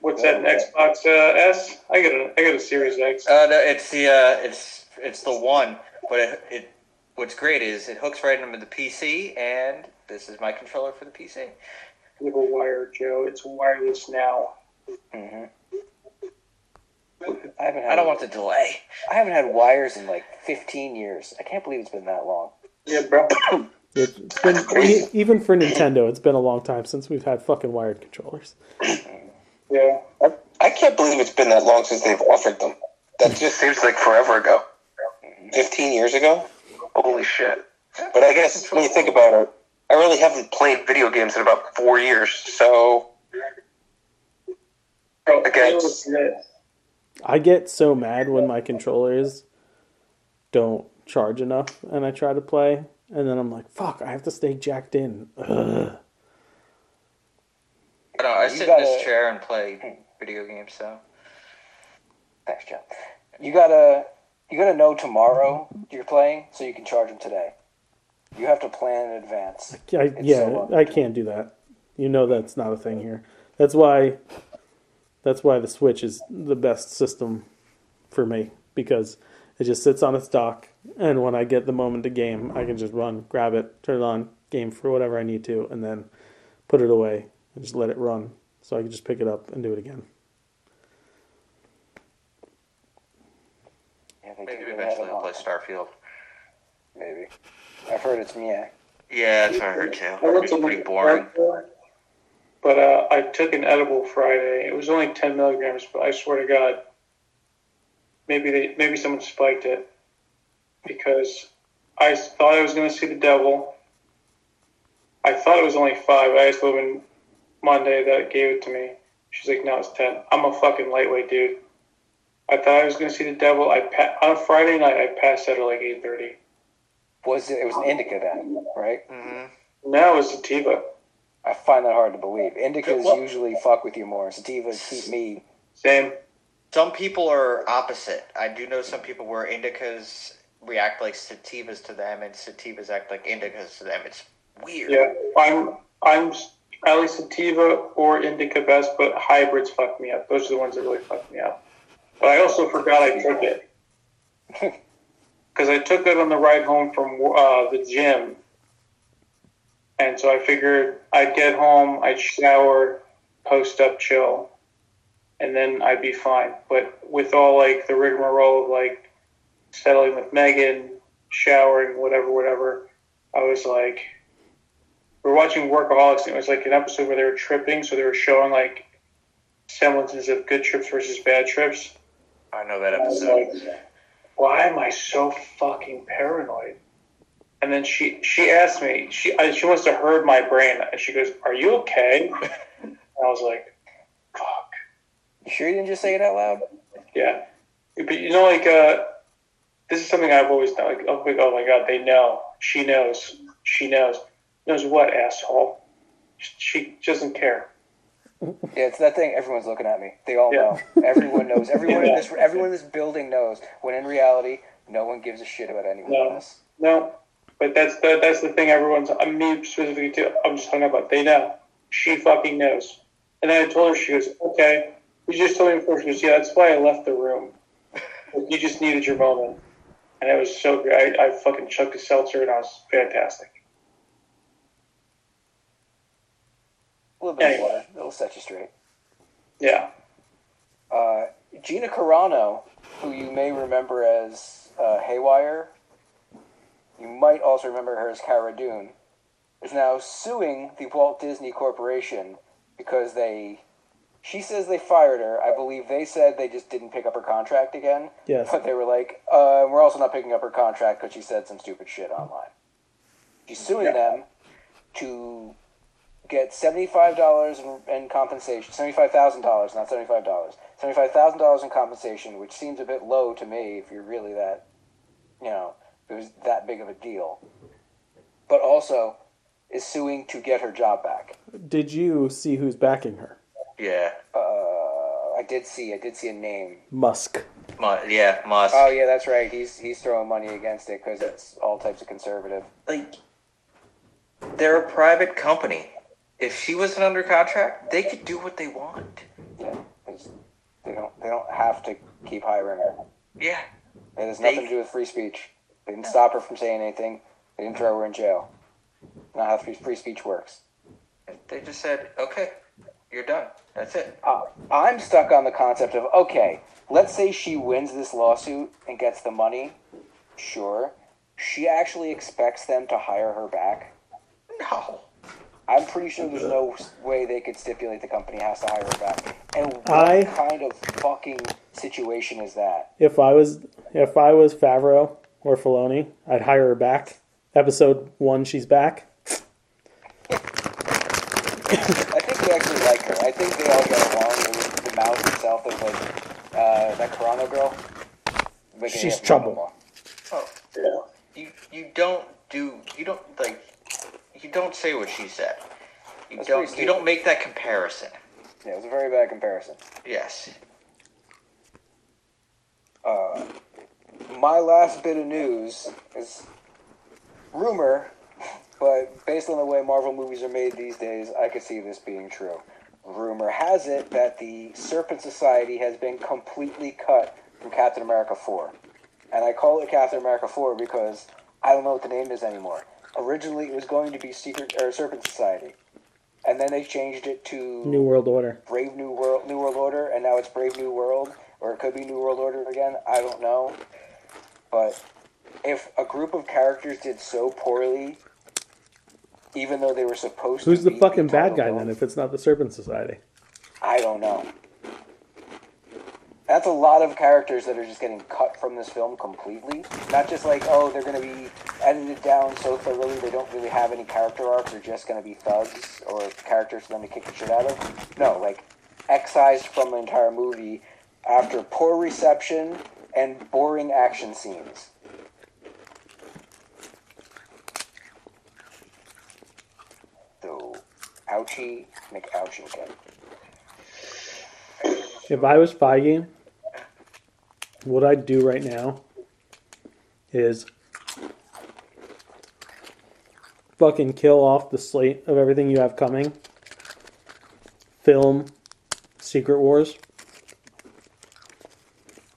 S5: What's that, an Xbox uh, S? I got a, I got a Series X.
S4: Uh, no, it's the uh, it's it's the one. But it, it what's great is it hooks right into the PC, and this is my controller for the PC.
S5: With a wire, Joe. It's wireless now.
S2: hmm I haven't had
S4: I don't want the delay.
S2: I haven't had wires in like 15 years. I can't believe it's been that long.
S5: Yeah, bro.
S3: It's been, e- even for Nintendo, it's been a long time since we've had fucking wired controllers.
S5: Yeah.
S6: I can't believe it's been that long since they've offered them. That just seems like forever ago. 15 years ago? Holy shit. But I guess when you think about it, I really haven't played video games in about four years, so
S5: Bro,
S6: Okay.
S5: Halo's lit.
S3: I get so mad when my controllers don't charge enough and I try to play, and then I'm like, fuck, I have to stay jacked in. Ugh.
S4: I don't. know, I
S2: You
S4: sit in this
S2: gotta-
S4: chair and play video games. So
S2: Thanks, John. You gotta you gotta know tomorrow you're playing so you can charge them today. You have to plan in advance.
S3: I, yeah,
S2: so
S3: I can't do that. You know that's not a thing here. That's why that's why the Switch is the best system for me because it just sits on its dock and when I get the moment to game, I can just run, grab it, turn it on, game for whatever I need to and then put it away and just let it run so I can just pick it up and do it again.
S2: Yeah, they do
S4: maybe
S2: really have
S4: eventually
S2: it
S4: I'll
S2: on.
S4: play Starfield.
S2: Maybe. I've heard it's meh.
S4: Yeah, that's what I heard too.
S5: I went
S4: It's
S5: to
S4: pretty
S5: look
S4: boring.
S5: at that, But uh, I took an edible Friday. It was only ten milligrams, but I swear to God, maybe they maybe someone spiked it because I thought I was going to see the devil. I thought it was only five. I asked Logan Monday that gave it to me. She's like, "No, it's ten. I'm a fucking lightweight dude." I thought I was going to see the devil. I pa- on Friday night I passed out at like eight thirty.
S2: Was it, it was an indica then, right?
S4: hmm
S5: Now it's sativa.
S2: I find that hard to believe. Indicas
S5: Well-
S2: usually fuck with you more. Sativas keep me
S5: Same.
S4: Some people are opposite. I do know some people where indicas react like sativas to them, and sativas act like indicas to them. It's weird.
S5: Yeah, I'm I'm Ali Sativa or Indica Best, but hybrids fuck me up. Those are the ones that really fuck me up. But I also forgot I took it because I took it on the ride home from uh, the gym, and so I figured I'd get home, I'd shower, post up, chill, and then I'd be fine. But with all like the rigmarole of like settling with Megan, showering, whatever, whatever, I was like we were watching Workaholics, and it was like an episode where they were tripping, so they were showing like semblances of good trips versus bad trips.
S4: I know that
S5: And I was
S4: episode.
S5: like, why am I so fucking paranoid? And then she she asked me she I, she must have heard my brain and she goes, "Are you okay?" And I was like, "Fuck,
S2: You sure you didn't just say it out loud?
S5: yeah." But you know, like uh, this is something I've always done. Like, oh, like, oh my god, they know. She knows. She knows. Knows what asshole? She doesn't care.
S2: Yeah, it's that thing. Everyone's looking at me. They all
S5: Yeah.
S2: know. Everyone knows. Everyone in
S5: Yeah.
S2: this everyone in this building knows. When in reality, no one gives a shit about anyone
S5: No.
S2: else.
S5: No, but that's the that's the thing. Everyone's uh, me specifically too. I'm just hung up on. They know. She fucking knows. And then I told her. She goes, "Okay." You just told me before. She goes, "Yeah, that's why I left the room. Like, you just needed your moment." And it was so great. I, I fucking chugged a seltzer, and I was fantastic.
S2: A little bit of
S5: Anyway.
S2: water. It'll set you straight.
S5: Yeah.
S2: Uh, Gina Carano, who you may remember as uh, Haywire, you might also remember her as Cara Dune, is now suing the Walt Disney Corporation because they. She says they fired her. I believe they said they just didn't pick up her contract again.
S3: Yes.
S2: But they were like, uh, we're also not picking up her contract because she said some stupid shit online. She's suing them to get seventy-five dollars in, in compensation, seventy-five thousand dollars, not seventy-five dollars, seventy-five thousand dollars in compensation, which seems a bit low to me if you're really that, you know, if it was that big of a deal. But also, is suing to get her job back.
S3: Did you see who's backing her?
S4: Yeah,
S2: Uh, I did see, I did see a name.
S3: Musk.
S4: Mu- yeah, Musk.
S2: Oh yeah, that's right. He's he's throwing money against it because it's all types of conservative.
S4: like they're a private company. If she wasn't under contract, they could do what they want.
S2: Yeah, it's- they don't they don't have to keep hiring her.
S4: Yeah,
S2: It has nothing to do with free speech. They didn't stop her from saying anything. They didn't throw her in jail. Not how free, free speech works.
S4: they just said, "Okay, you're done. That's it."
S2: Uh, I'm stuck on the concept of okay, let's say she wins this lawsuit and gets the money. Sure. She actually expects them to hire her back.
S4: No,
S2: I'm pretty sure there's no s- way they could stipulate the company has to hire her back. And what
S3: I-
S2: kind of fucking situation is that?
S3: If I was if I was Favreau or Filoni, I'd hire her back. Episode one, she's back.
S2: I think they actually like her. I think they all get along. It was the mouse itself that was like uh, that Carano girl. Like,
S3: She's
S2: yeah,
S3: trouble.
S2: mother-in-law.
S4: oh,
S5: Yeah.
S4: you you don't do you don't like you don't say what she said.
S2: That's
S4: You
S2: pretty
S4: don't
S2: stupid.
S4: you don't make that comparison.
S2: Yeah, it was a very bad comparison.
S4: Yes,
S2: My last bit of news is rumor, but based on the way Marvel movies are made these days, I could see this being true. Rumor has it that the Serpent Society has been completely cut from Captain America 4. And I call it Captain America 4 because I don't know what the name is anymore. Originally, it was going to be Secret or Serpent Society. And then they changed it to
S3: New World Order.
S2: Brave New World, New World Order, and now it's Brave New World, or it could be New World Order again. I don't know, but if a group of characters did so poorly, even though they were supposed
S3: Who's
S2: to,
S3: the
S2: be
S3: fucking
S2: title
S3: bad guy
S2: villains,
S3: then? If it's not the Serpent Society,
S2: I don't know. That's a lot of characters that are just getting cut from this film completely. Not just like, oh, they're going to be edited down so thoroughly they don't really have any character arcs. They're just going to be thugs or characters for them to kick the shit out of. No, like excised from the entire movie after poor reception and boring action scenes. So, ouchie, McOuchie again.
S3: if I was Feige, what I'd do right now is fucking kill off the slate of everything you have coming. Film Secret Wars.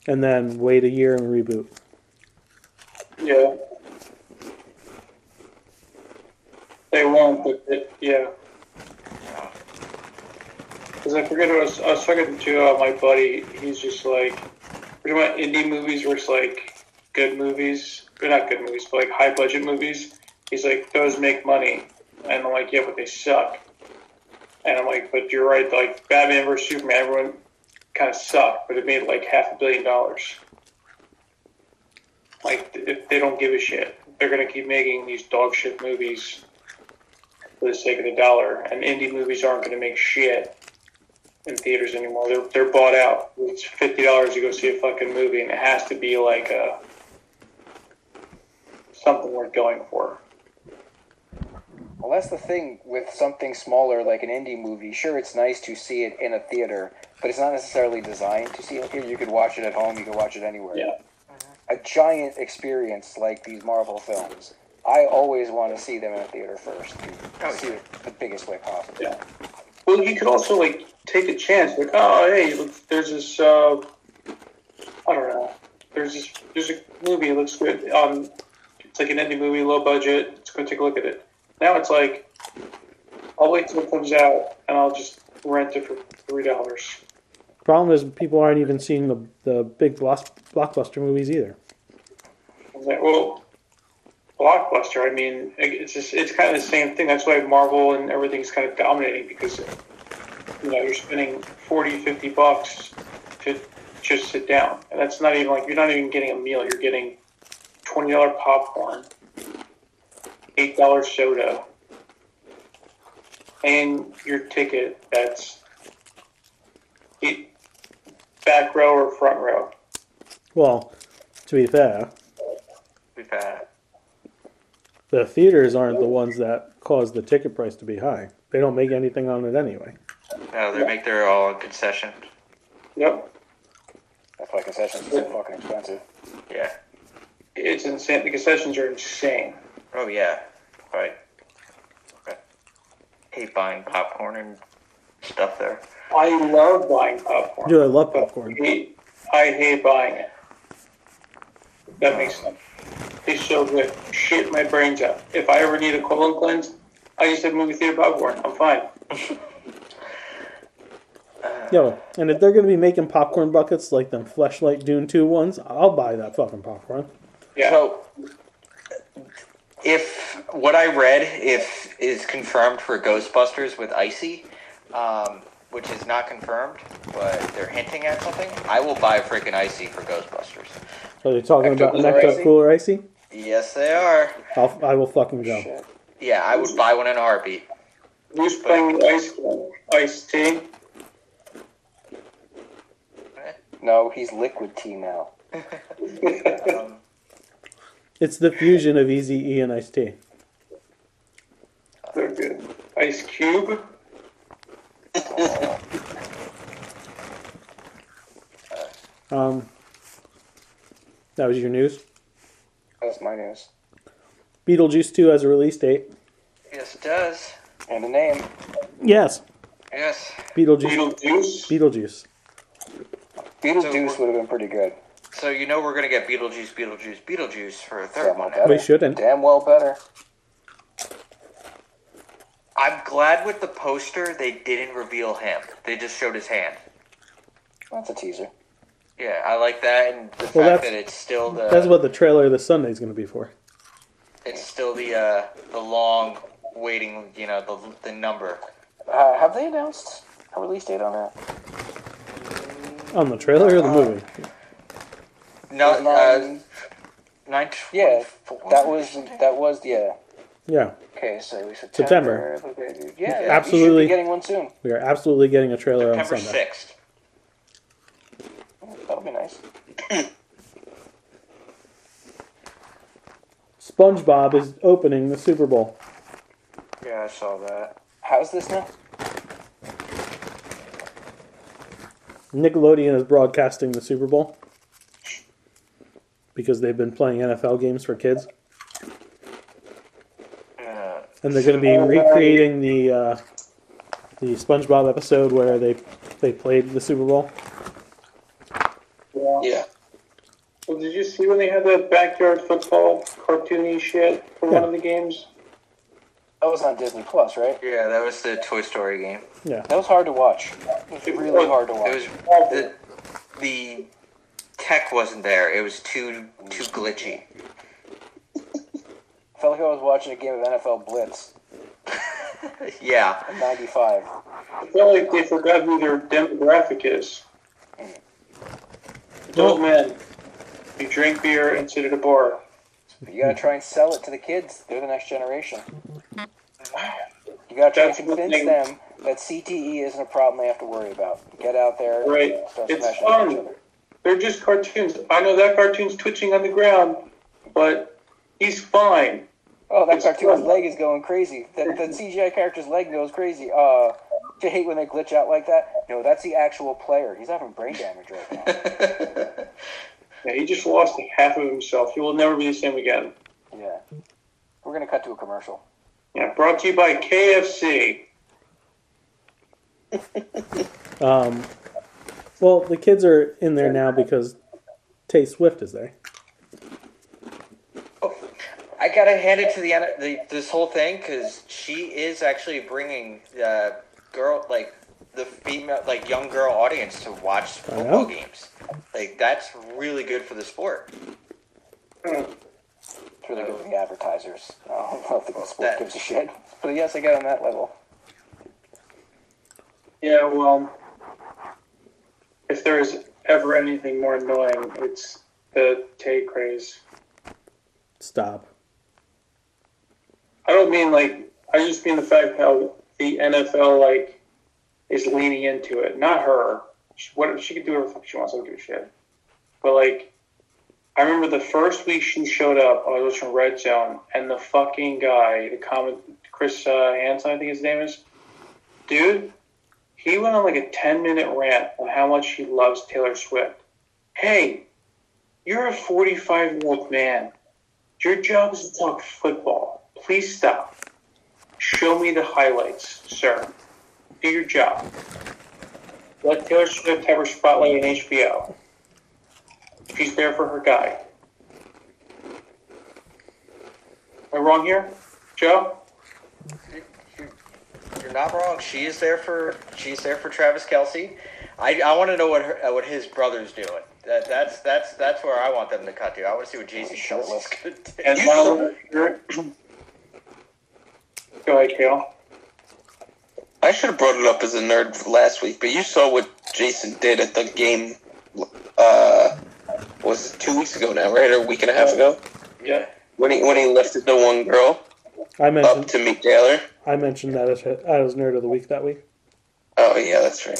S3: And then wait a year and reboot.
S5: Yeah. They won't, but it, yeah. Because I forget, I was, I was talking to uh, my buddy. He's just like, we're talking about indie movies versus like good movies. They're not good movies, but like high budget movies. He's like, those make money. And I'm like, yeah, but they suck. And I'm like, but you're right. Like, Batman versus Superman, everyone kind of sucked, but it made like half a billion dollars. Like, if they don't give a shit. they're going to keep making these dog shit movies for the sake of the dollar, and indie movies aren't going to make shit in theaters anymore. They're, they're bought out. It's fifty dollars to go see a fucking movie, and it has to be like a something worth going for.
S2: Well, that's the thing with something smaller like an indie movie. Sure, it's nice to see it in a theater, but it's not necessarily designed to see it here. You could watch it at home. You could watch it anywhere.
S5: Yeah.
S2: A giant experience like these Marvel films. I always want to see them in a theater first to
S4: Oh,
S2: see it the biggest way possible.
S5: Yeah. Well, you could also like take a chance, like, oh, hey, look, there's this, uh, I don't know, there's this, there's a movie. It looks good. Um, it's like an indie movie, low budget. Let's go take a look at it. Now it's like, I'll wait till it comes out, and I'll just rent it for three dollars.
S3: Problem is, people aren't even seeing the the big blos- blockbuster movies either.
S5: Like, well, blockbuster. I mean, it's just, it's kind of the same thing. That's why Marvel and everything's kind of dominating because you know you're spending 40, 50 bucks to just sit down, and that's not even like you're not even getting a meal. You're getting twenty dollar popcorn, eight dollar soda, and your ticket. That's eight, back row or front row.
S3: Well, to be fair,
S4: We've had
S3: the theaters aren't the ones that cause the ticket price to be high. They don't make anything on it anyway.
S4: no, oh, they make their all on concession.
S5: Yep.
S2: That's why concessions are so fucking expensive.
S4: Yeah.
S5: It's insane. The concessions are insane.
S4: Oh yeah. Right. I hate buying popcorn and stuff there.
S5: I love buying popcorn.
S3: Dude, I love
S5: but
S3: popcorn.
S5: I hate, I hate buying it. That makes sense. It's so good. Shit my brains out. If I ever need a colon cleanse, I just have movie theater popcorn. I'm fine.
S3: Yo, and if they're gonna be making popcorn buckets like them Fleshlight Dune 2 ones, I'll buy that fucking popcorn.
S5: Yeah.
S4: So, if what I read, if is confirmed for Ghostbusters with Icy, um, which is not confirmed, but they're hinting at something, I will buy freaking Icy for Ghostbusters.
S3: Are they talking
S2: Ecto
S3: about an
S2: Cooler
S3: ecto
S2: Icy?
S3: cooler icy?
S4: Yes, they are.
S3: I'll, I will fucking go.
S2: Shit.
S4: Yeah, I would buy one in a heartbeat.
S5: Who's playing with ice cream? Ice tea?
S2: No, he's liquid tea now.
S3: It's the fusion of Easy E and Ice T.
S5: They're good. Ice cube?
S3: Um, that was your news.
S2: That's my news.
S3: Beetlejuice 2 has a release date.
S4: Yes, it does.
S2: And the name.
S3: Yes,
S4: Yes.
S3: Beetlejuice.
S5: Beetlejuice?
S3: Beetlejuice.
S2: Beetlejuice would have been pretty good.
S4: So you know we're gonna get Beetlejuice, Beetlejuice, Beetlejuice for a third
S2: Damn well
S4: one. now.
S3: We
S2: better.
S3: shouldn't.
S2: Damn well better.
S4: I'm glad with the poster they didn't reveal him. They just showed his hand.
S2: That's a teaser.
S4: Yeah, I like that, and the
S3: Well,
S4: fact
S3: that's-
S4: that it's still the
S3: That's what the trailer this Sunday is going to be for.
S4: it's still the uh, the long waiting, you know, the the number.
S2: Uh, have they announced a release date on that?
S3: On the trailer or the
S2: Uh-huh.
S3: movie?
S4: No, uh,
S2: Um,
S4: nine
S2: yeah,
S4: twenty-four.
S2: that was that was yeah.
S3: Yeah,
S2: Okay, so we
S3: September.
S2: September. September. Yeah,
S3: Absolutely.
S2: We should be getting one soon.
S3: we are absolutely getting a trailer on
S4: September
S3: Sunday.
S4: sixth.
S2: That'll be nice.
S3: SpongeBob is opening the Super Bowl.
S4: Yeah, I saw that.
S2: How's this now?
S3: Nickelodeon is broadcasting the Super Bowl because they've been playing NFL games for kids,
S4: Uh,
S3: and they're going to be recreating the uh, the SpongeBob episode where they they played the Super Bowl.
S5: Yeah.
S6: Yeah.
S5: Well, did you see when they had that backyard football cartoony shit for one
S3: Yeah.
S5: of the games?
S2: That was on Disney Plus, right?
S4: yeah, that was the Toy Story game.
S3: Yeah,
S2: That was hard to watch. It was really hard to watch.
S4: It was the the tech wasn't there. It was too too glitchy.
S2: felt like I was watching a game of NFL Blitz
S4: Yeah.
S2: '95.
S5: I feel like they forgot who their demographic is. It's old men who drink beer and sit at a bar.
S2: You gotta try and sell it to the kids. They're the next generation. You gotta try and
S5: That's one
S2: convince
S5: thing.
S2: them that CTE isn't a problem they have to worry about. Get out there. and
S5: Right.
S2: Start
S5: It's
S2: smashing
S5: fun.
S2: each other.
S5: They're just cartoons. I know that cartoon's twitching on the ground, but he's fine.
S2: Oh, that
S5: It's
S2: cartoon's
S5: fun.
S2: leg is going crazy. That the CGI character's leg goes crazy. Uh, do you hate when they glitch out like that? No, that's the actual player. He's having brain damage right now.
S5: Yeah, he just lost half of himself. He will never be the same again.
S2: Yeah. We're gonna cut to a commercial.
S5: Yeah, brought to you by KFC.
S3: Um, well, the kids are in there now because Tay Swift is there.
S4: I gotta hand it to the, ana- the this whole thing because she is actually bringing the girl, like the female, like young girl audience to watch football games. Like that's really good for the sport.
S2: It's really good for the advertisers. Oh, I don't think the sport
S4: That-
S2: gives a shit. But yes, I got on that level.
S5: Yeah, well, if there is ever anything more annoying, it's the Tay craze.
S3: Stop.
S5: I don't mean like, I just mean the fact how the NFL, like, is leaning into it. Not her. She, what, she can do whatever the fuck she wants. I don't give a shit. But, like, I remember the first week she showed up, I was watching Red Zone, and the fucking guy, the comment, Chris uh, Hansen, I think his name is, dude, he went on like a 10 minute rant on how much he loves Taylor Swift. Hey, you're a 45 year old man. Your job is to talk football. Please stop. Show me the highlights, sir. Do your job. Let Taylor Swift have her spotlight on HBO. She's there for her guy. Am I wrong here, Joe?
S4: You're not wrong. She is there for she's there for Travis Kelsey. I, I want to know what her, uh, what his brother's doing. That that's that's that's where I want them to cut to. I want to see what
S6: Oh,
S4: Jason Kelsey's going to do.
S5: And
S6: You
S5: Lionel Richie. Go ahead, Kale.
S6: I should have brought it up as a nerd last week, but you saw what Jason did at the game. Uh, was it two weeks ago now, right, or a week and a half ago?
S5: Yeah.
S6: When he when he lifted the one girl
S3: I
S6: up
S3: mentioned
S6: to meet Taylor.
S3: I mentioned that as I was nerd of the week that week.
S6: Oh yeah, that's right.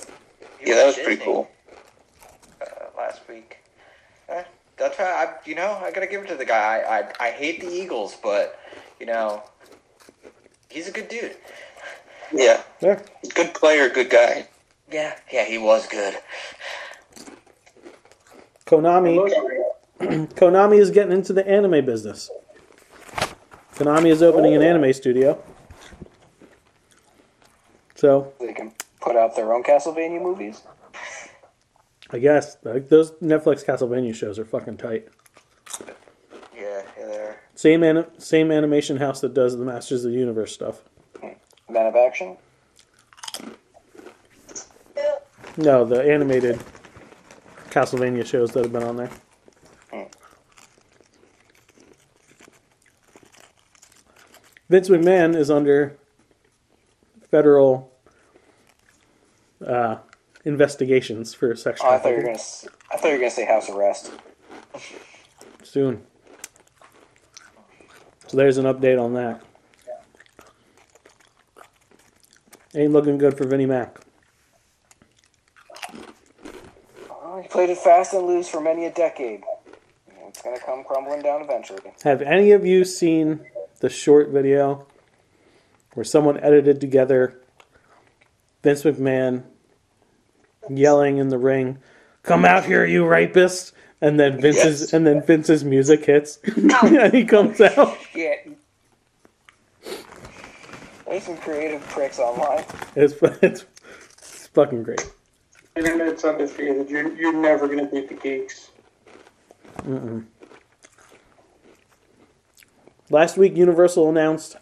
S4: He
S6: Yeah, that was
S4: in
S6: pretty
S4: Disney,
S6: cool.
S4: Uh, last week. Eh, that's why I you know I gotta give it to the guy. I, I I hate the Eagles, but you know he's a good dude.
S6: Yeah,
S3: There.
S6: good player, good guy.
S4: Yeah, yeah, he was good.
S3: Konami Konami is getting into the anime business. Konami is opening an anime studio. So
S2: They can put out their own Castlevania movies.
S3: I guess like, those Netflix Castlevania shows are fucking tight.
S4: Yeah, yeah, there.
S3: Same anim- same animation house that does the Masters of the Universe stuff.
S2: Men of Action.
S3: No, the animated Castlevania shows that have been on there.
S2: Oh.
S3: Vince McMahon is under federal uh, investigations for sex
S2: Oh, I thought you were
S3: trafficking
S2: gonna. s- I thought you were gonna say house arrest.
S3: soon. So there's an update on that. Ain't looking good for Vinnie Mac.
S2: Oh, he played it fast and loose for many a decade. It's gonna come crumbling down eventually.
S3: Have any of you seen the short video where someone edited together Vince McMahon yelling in the ring, "Come out here, you rapist!" And then Vince's
S6: Yes.
S3: and then Vince's music hits, and he comes out.
S2: Shit. There's some creative pricks online.
S3: It's fu- it's, it's fucking great.
S5: Internet's undefeated. You're, you're never going to beat the geeks.
S3: Last week, Universal announced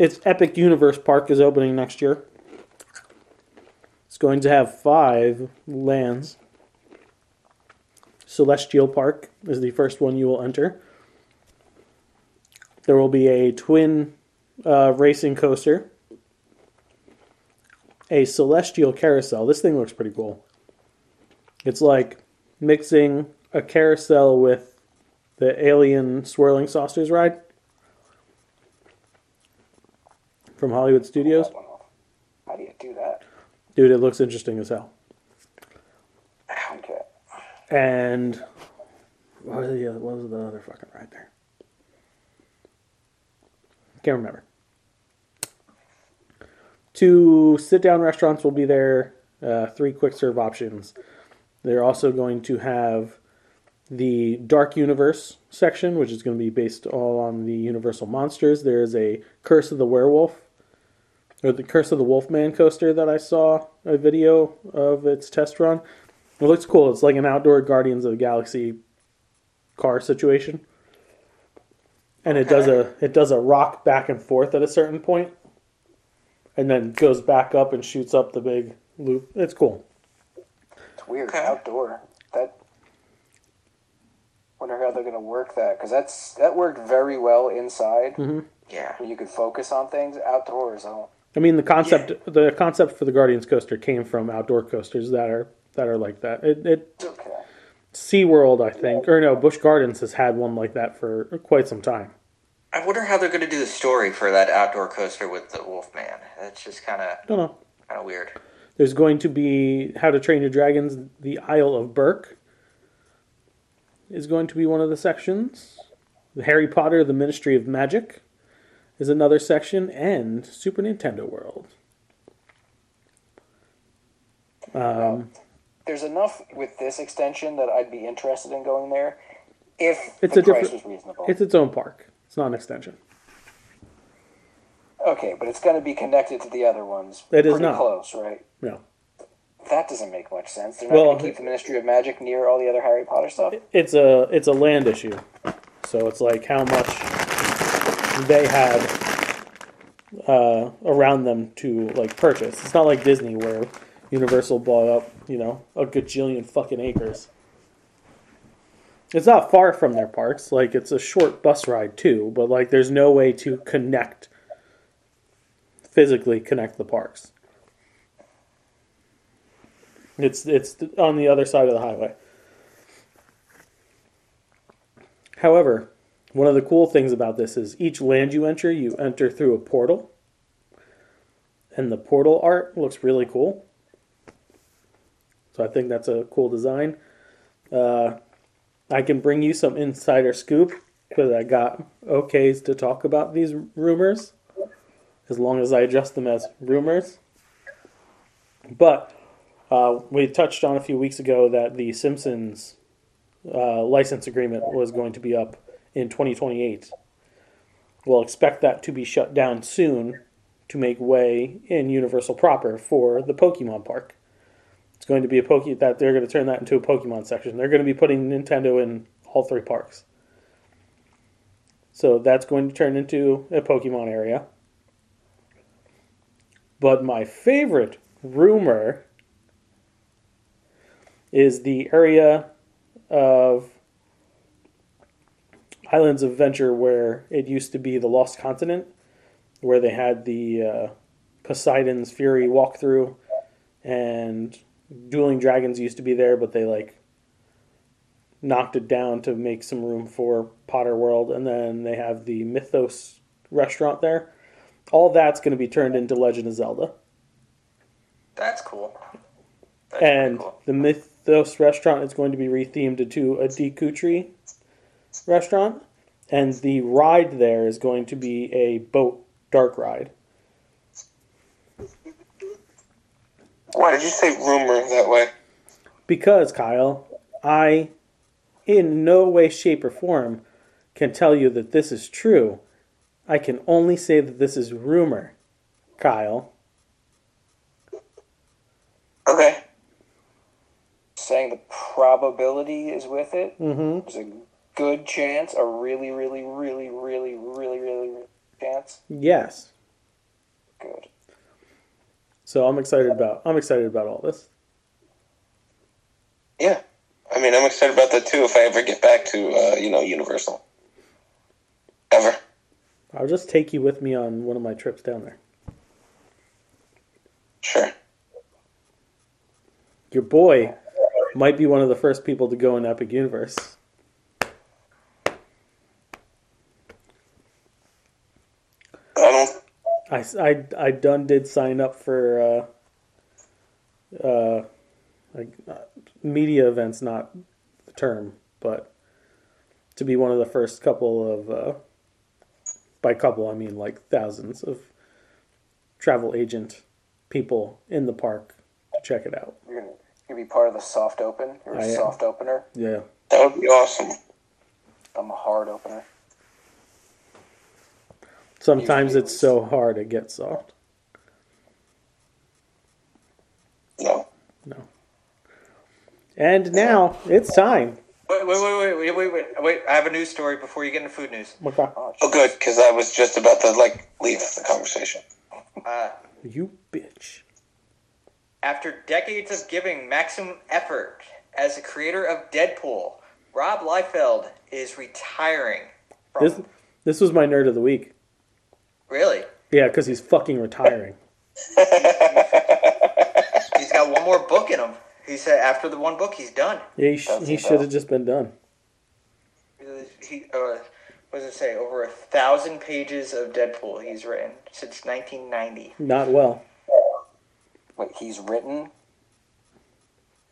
S3: its Epic Universe Park is opening next year. It's going to have five lands. Celestial Park is the first one you will enter. There will be a twin uh, racing coaster, a celestial carousel. This thing looks pretty cool. It's like mixing a carousel with the alien swirling saucers ride from Hollywood Studios.
S2: That one off. How do you do that?
S3: Dude, it looks interesting as hell.
S2: Okay.
S3: And what was the other, what was the other fucking ride there? Can't remember. Two sit down restaurants will be there. Uh, three quick serve options. They're also going to have the Dark Universe section, which is going to be based all on the Universal monsters. There is a Curse of the Werewolf or the Curse of the Wolfman coaster that I saw a video of its test run. It looks cool. It's like an outdoor Guardians of the Galaxy car situation. And it does a it does a rock back and forth at a certain point and then goes back up and shoots up the big loop. It's cool.
S2: It's weird.
S4: Okay.
S2: Outdoor. That. Wonder how they're gonna work that because that's that worked very well inside.
S3: Mm-hmm.
S4: Yeah.
S2: where You could focus on things outdoors. I don't.
S3: I mean the concept the concept for the Guardians coaster came from outdoor coasters that are that are like that. It it
S2: It's okay.
S3: SeaWorld, I think, or no, Busch Gardens has had one like that for quite some time.
S4: I wonder how they're going to do the story for that outdoor coaster with the Wolfman. That's just kind of
S3: Don't know.
S4: kind of weird.
S3: There's going to be How to Train Your Dragons, The Isle of Burke is going to be one of the sections. The Harry Potter, The Ministry of Magic is another section, and Super Nintendo World.
S2: There's enough with this extension that I'd be interested in going there if
S3: It's
S2: the
S3: a
S2: price
S3: different-
S2: was reasonable.
S3: It's its own park. It's not an extension.
S2: okay, but it's gonna be connected to the other ones.
S3: It is
S2: pretty
S3: not.
S2: close, right?
S3: No.
S2: That doesn't make much sense. They're not
S3: Well,
S2: gonna keep the Ministry of Magic near all the other Harry Potter stuff.
S3: It's a it's a land issue. So it's like how much they had uh, around them to like purchase. It's not like Disney where Universal bought up, you know, a gajillion fucking acres. It's not far from their parks. Like it's a short bus ride too, but like there's no way to connect physically connect the parks. It's it's on the other side of the highway. However, one of the cool things about this is each land you enter, you enter through a portal. And the portal art looks really cool. So I think that's a cool design. Uh, I can bring you some insider scoop because I got okays to talk about these rumors as long as I address them as rumors. But uh, we touched on a few weeks ago that the Simpsons uh, license agreement was going to be up in 2028. We'll expect that to be shut down soon to make way in Universal proper for the Pokemon Park. It's going to be a Poke that they're going to turn that into a Pokemon section. They're going to be putting Nintendo in all three parks. So that's going to turn into a Pokemon area. But my favorite rumor is the area of Islands of Venture, where it used to be the Lost Continent, where they had the uh, Poseidon's Fury walkthrough, and Dueling Dragons used to be there, but they like knocked it down to make some room for Potter World, and then they have the Mythos restaurant there. All that's going to be turned into Legend of Zelda.
S4: That's cool. That's pretty
S3: and
S4: cool.
S3: the Mythos restaurant is going to be rethemed to a Deku Tree restaurant, and the ride there is going to be a boat dark ride.
S6: Why did you say rumor that way?
S3: Because Kyle, I, in no way, shape, or form, can tell you that this is true. I can only say that this is rumor, Kyle.
S6: Okay.
S2: saying the probability is with it.
S3: Mm-hmm.
S2: There's a good chance, a really, really, really, really, really, really re- chance.
S3: Yes.
S2: Good.
S3: So I'm excited about I'm excited about all this.
S6: Yeah. I mean, I'm excited about that too. If I ever get back to, uh, you know, Universal, ever.
S3: I'll just take you with me on one of my trips down there.
S6: Sure.
S3: Your boy might be one of the first people to go in Epic Universe. I, I, I done did sign up for uh, uh, like uh, media events, not the term, but to be one of the first couple of uh, by couple I mean like thousands of travel agent people in the park to check it out.
S2: You're gonna, you're gonna be part of the soft open. You're a
S3: I am.
S2: soft opener.
S3: Yeah,
S6: That would be awesome.
S2: I'm a hard opener.
S3: sometimes it's so hard it gets soft.
S6: No.
S3: No. And now it's time.
S4: Wait, wait, wait, wait, wait, wait, wait, wait. I have a news story before you get into food news.
S3: Okay.
S6: Oh, good, because I was just about to like leave the conversation.
S4: Uh,
S3: You bitch.
S4: after decades of giving maximum effort as a creator of Deadpool, Rob Liefeld is retiring. From,
S3: This this was my nerd of the week.
S4: Really?
S3: Yeah, because he's fucking retiring.
S4: He's got one more book in him. He said after the one book, he's done.
S3: Yeah, he, sh-
S6: That's
S3: he
S6: enough.
S3: should have just been done.
S4: He, uh, what does it say? Over a thousand pages of Deadpool he's written since 1990.
S3: Not well.
S2: Wait, he's written.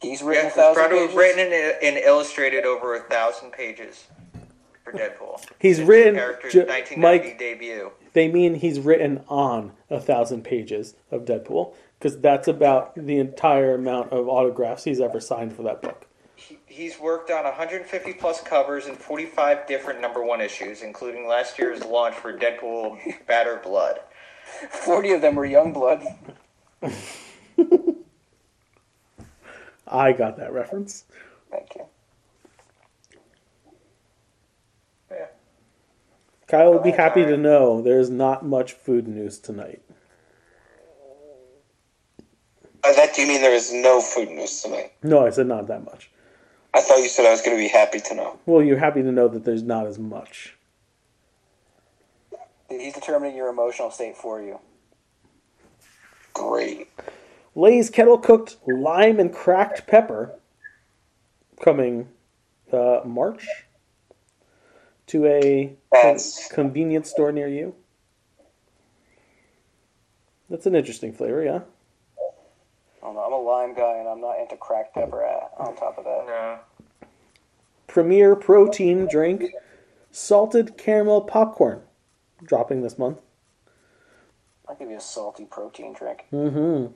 S2: He's
S4: Yeah,
S2: written a
S4: he's
S2: thousand
S4: proud to
S2: pages.
S4: have written and, and illustrated over a thousand pages for Deadpool.
S3: He's
S4: Since
S3: written-
S4: the character's
S3: ju-
S4: 1990
S3: Mike-
S4: debut.
S3: They mean he's written on a thousand pages of Deadpool because that's about the entire amount of autographs he's ever signed for that book.
S4: He- He's worked on 150 plus covers and 45 different number one issues, including last year's launch for Deadpool Batter Blood.
S2: Forty of them were young blood.
S3: I got that reference.
S2: Thank you.
S4: Yeah.
S3: Kyle would be happy to know there's not much food news tonight.
S6: By that do you mean there is no food news tonight?
S3: No, I said not that much.
S6: I thought you said I was going to be happy to know.
S3: Well, you're happy to know that there's not as much.
S2: He's determining your emotional state for you.
S6: Great.
S3: Lay's kettle cooked lime and cracked pepper coming uh, March to a con-
S6: That's-
S3: convenience store near you. That's an interesting flavor, yeah.
S2: I don't know. I'm a lime guy, and I'm not into cracked pepper. At, on top of that,
S4: No.
S3: Premier protein drink, salted caramel popcorn, dropping this month.
S2: I'll give you a salty protein drink.
S3: Mm-hmm.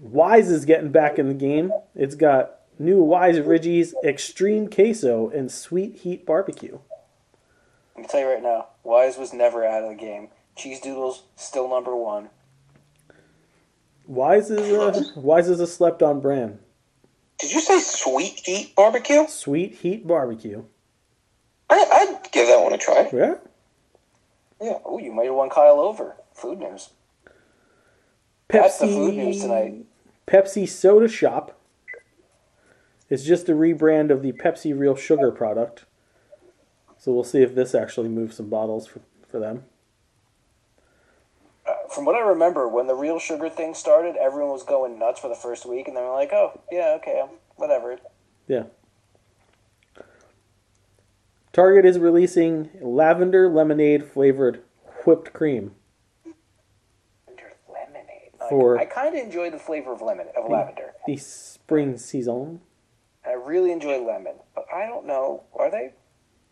S3: Wise is getting back in the game. It's got new Wise Ridgies, Extreme Queso, and Sweet Heat Barbecue.
S2: Let me tell you right now, Wise was never out of the game. Cheese Doodles still number one.
S3: Wise is a Wise is a slept on brand.
S6: Did you say sweet heat barbecue?
S3: Sweet Heat Barbecue.
S6: I, I'd give that one a try.
S3: Yeah.
S2: Yeah. Oh, you might have won Kyle over. Food news. That's the food news tonight.
S3: Pepsi Soda Shop. It's just a rebrand of the Pepsi Real Sugar product. So we'll see if this actually moves some bottles for, for them.
S2: Uh, From what I remember, when the real sugar thing started, everyone was going nuts for the first week, and they were like, "Oh, yeah, okay, um, whatever."
S3: Yeah. Target is releasing lavender lemonade flavored whipped cream.
S2: Lavender lemonade. Like,
S3: For-
S2: I kind of enjoy the flavor of lemon of lavender.
S3: The spring season.
S2: I really enjoy lemon, but I don't know. Are they?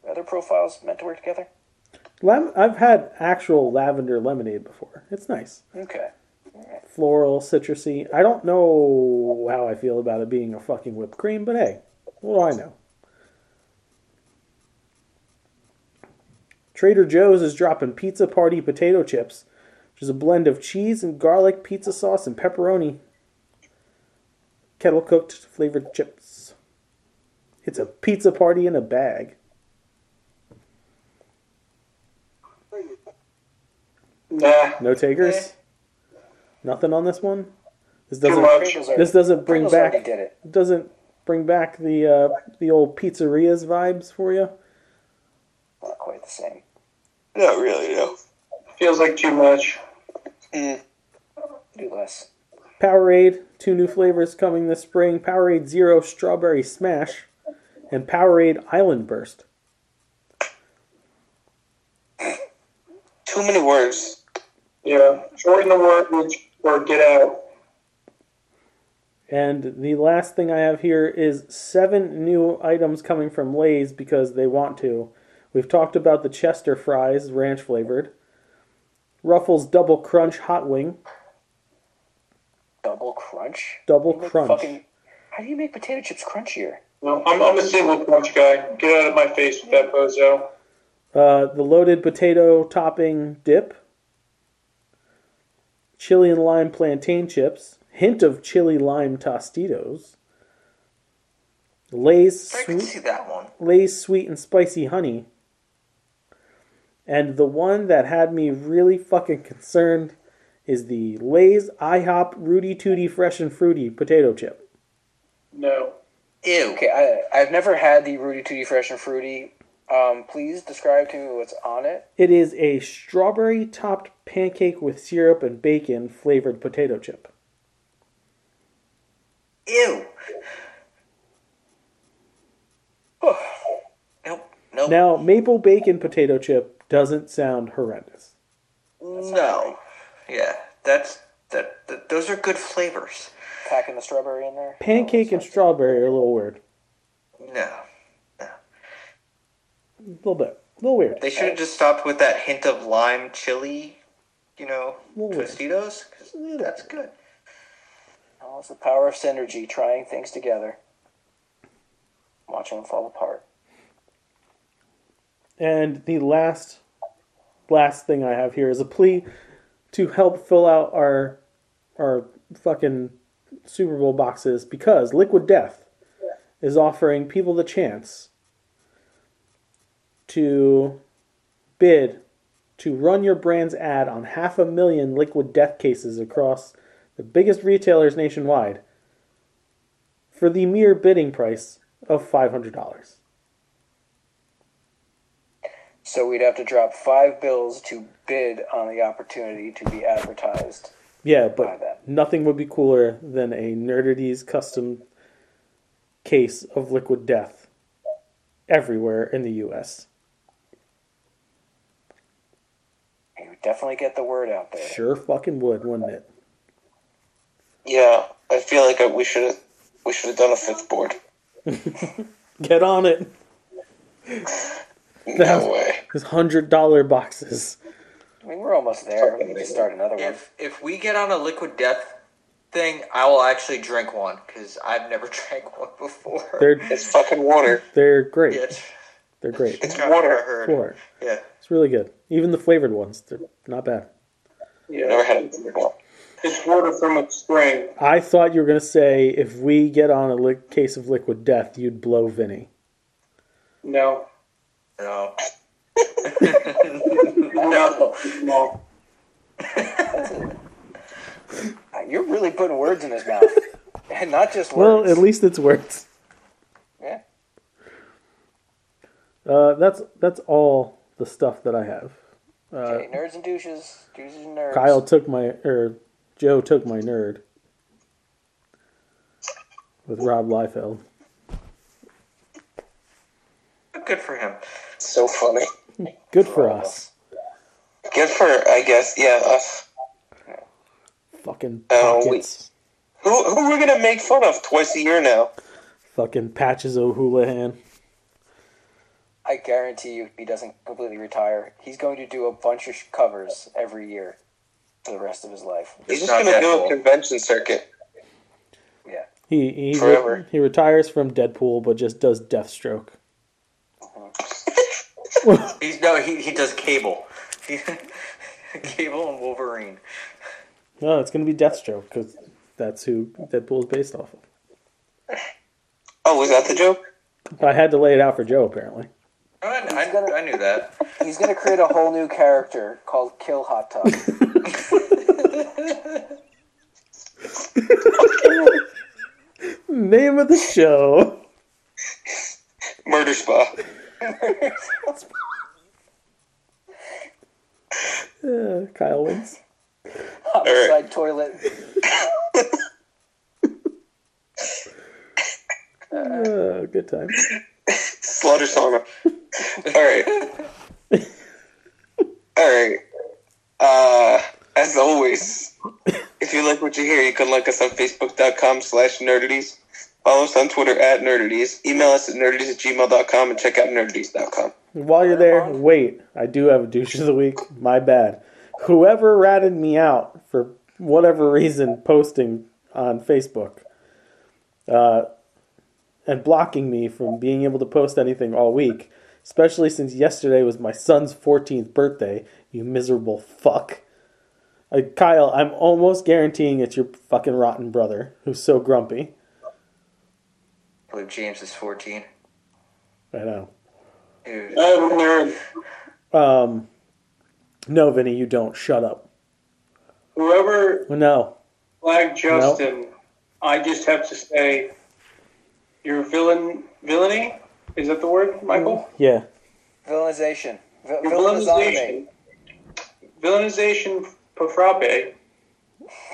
S2: Are their profiles meant to work together?
S3: Lam- I've had actual lavender lemonade before. It's nice.
S2: Okay.
S3: Floral, citrusy. I don't know how I feel about it being a fucking whipped cream, but hey, what do I know? Trader Joe's is dropping Pizza Party potato chips, which is a blend of cheese and garlic, pizza sauce, and pepperoni. Kettle cooked flavored chips. It's a pizza party in a bag.
S5: Nah.
S3: No takers? Nothing on this one? This
S5: Too
S3: doesn't
S5: much.
S2: Pringles are-
S3: this doesn't bring
S2: Pringles already
S3: back
S2: Did it.
S3: doesn't bring back the uh, the old pizzerias vibes for you.
S2: Not quite the same.
S6: Not really, no.
S5: Feels like too much.
S2: Do less.
S3: Powerade, two new flavors coming this spring: Powerade Zero Strawberry Smash, and Powerade Island Burst.
S6: too many words.
S5: Yeah, shorten the word or get out.
S3: And the last thing I have here is seven new items coming from Lay's because they want to. We've talked about the Chester fries, ranch flavored, Ruffles Double Crunch Hot Wing,
S2: Double crunch.
S3: Double
S2: You make
S3: Crunch.
S2: Fucking, how do you make potato chips crunchier?
S5: No, I'm, I'm a single punch guy. Get out of my face with that bozo.
S3: Uh, the loaded potato topping dip, chili and lime plantain chips, hint of chili lime tostitos, Lay's
S4: I can
S3: sweet,
S4: see that one.
S3: Lay's sweet and spicy honey, and the one that had me really fucking concerned is the Lay's IHOP Rudy Tooty Fresh and Fruity potato chip.
S5: No.
S4: Ew.
S2: Okay, I, I've never had the Rudy Tooty Fresh and Fruity. Um, please describe to me what's on it.
S3: It is a strawberry topped pancake with syrup and bacon flavored potato chip.
S4: Ew. nope. Nope.
S3: Now, maple bacon potato chip doesn't sound horrendous.
S4: no. Yeah. That's that, that. Those are good flavors.
S2: Packing the strawberry in there.
S3: Pancake and strawberry are a little weird.
S4: No.
S3: A little bit. A little weird.
S4: They should have just stopped with that hint of lime chili. You know,
S3: Little bit.
S4: Tostitos. 'cause that's good.
S2: Oh, it's the power of synergy, trying things together. Watching them fall apart.
S3: And the last last thing I have here is a plea to help fill out our our fucking Super Bowl boxes because Liquid Death is offering people the chance to bid to run your brand's ad on half a million Liquid Death cases across the biggest retailers nationwide for the mere bidding price of $500.
S2: So we'd have to drop five bills to bid on the opportunity to be advertised.
S3: Yeah,
S2: I
S3: but
S2: bet.
S3: nothing would be cooler than a Nerdities custom case of liquid death everywhere in the U.S.
S2: You would definitely get the word out there.
S3: Sure fucking would, wouldn't it?
S6: Yeah, I feel like I, we should have we should have done a fifth board.
S3: Get on it.
S6: No way.
S3: These hundred dollar boxes.
S2: I mean, we're almost there. We can start another one.
S4: If if we get on a liquid death thing, I will actually drink one because I've never drank one before.
S3: They're
S6: It's fucking water.
S3: they're great.
S4: yeah, it's,
S3: They're great.
S4: it's water. I heard.
S3: Four.
S4: Yeah.
S3: It's really good. Even the flavored ones, they're not bad.
S5: Yeah.
S6: Never had it before.
S5: It's water from a spring.
S3: I thought you were gonna say if we get on a li- case of liquid death, you'd blow Vinny.
S5: No.
S4: No.
S5: No. No.
S2: Ah, You're really putting words in his mouth, and not just words.
S3: Well, at least it's words.
S2: yeah.
S3: Uh, that's that's all the stuff that I have.
S2: Okay, nerds and douches, douches and nerds.
S3: Kyle took my or Joe took my nerd with Rob Liefeld.
S4: Good for him.
S6: So funny.
S3: Good for us.
S6: Good for I guess yeah us.
S3: Fucking
S6: Oh, we-
S3: pockets.
S6: Who who we're gonna make fun of twice a year now?
S3: Fucking patches O'Houlihan.
S2: I guarantee you, he doesn't completely retire. He's going to do a bunch of sh- covers every year for the rest of his life.
S6: He's
S4: It's
S6: just
S4: not
S6: gonna do
S4: Deadpool.
S6: a convention circuit.
S2: Yeah.
S3: He he,
S6: Forever.
S3: he retires from Deadpool, but just does Deathstroke.
S4: He's no. He he does cable. cable and Wolverine.
S3: No, it's gonna be Deathstroke because that's who Deadpool is based off of.
S6: Oh, was that the joke?
S3: I had to lay it out for Joe apparently.
S4: I, I, I knew that.
S2: He's going to create a whole new character called Kill Hot Tub.
S3: Name of the show.
S6: Murder spa.
S3: Uh, Kyle wins.
S2: Homicide toilet.
S3: Uh, good time.
S6: Slaughter sauna. All right. All right. Uh, As always, if you like what you hear, you can like us on Facebook.com slash nerdities. Follow us on Twitter at nerdities. Email us at nerdities at gmail.com and check out nerdities.com.
S3: While you're there, wait. I do have a douche of the week. My bad. Whoever ratted me out for whatever reason posting on Facebook uh, and blocking me from being able to post anything all week, especially since yesterday was my son's 14th birthday, you miserable fuck. Uh, Kyle, I'm almost guaranteeing it's your fucking rotten brother who's so grumpy.
S4: I believe James is 14.
S3: I know.
S4: Dude,
S5: I'm a nerd.
S3: Um, no, Vinny, you don't. Shut up.
S5: Whoever
S3: No.
S5: flagged Justin, I just have to say, your villain villainy is that the word, Michael?
S3: Yeah.
S2: Villainization. Vi-
S5: Your
S2: Villainization.
S5: villainization profrape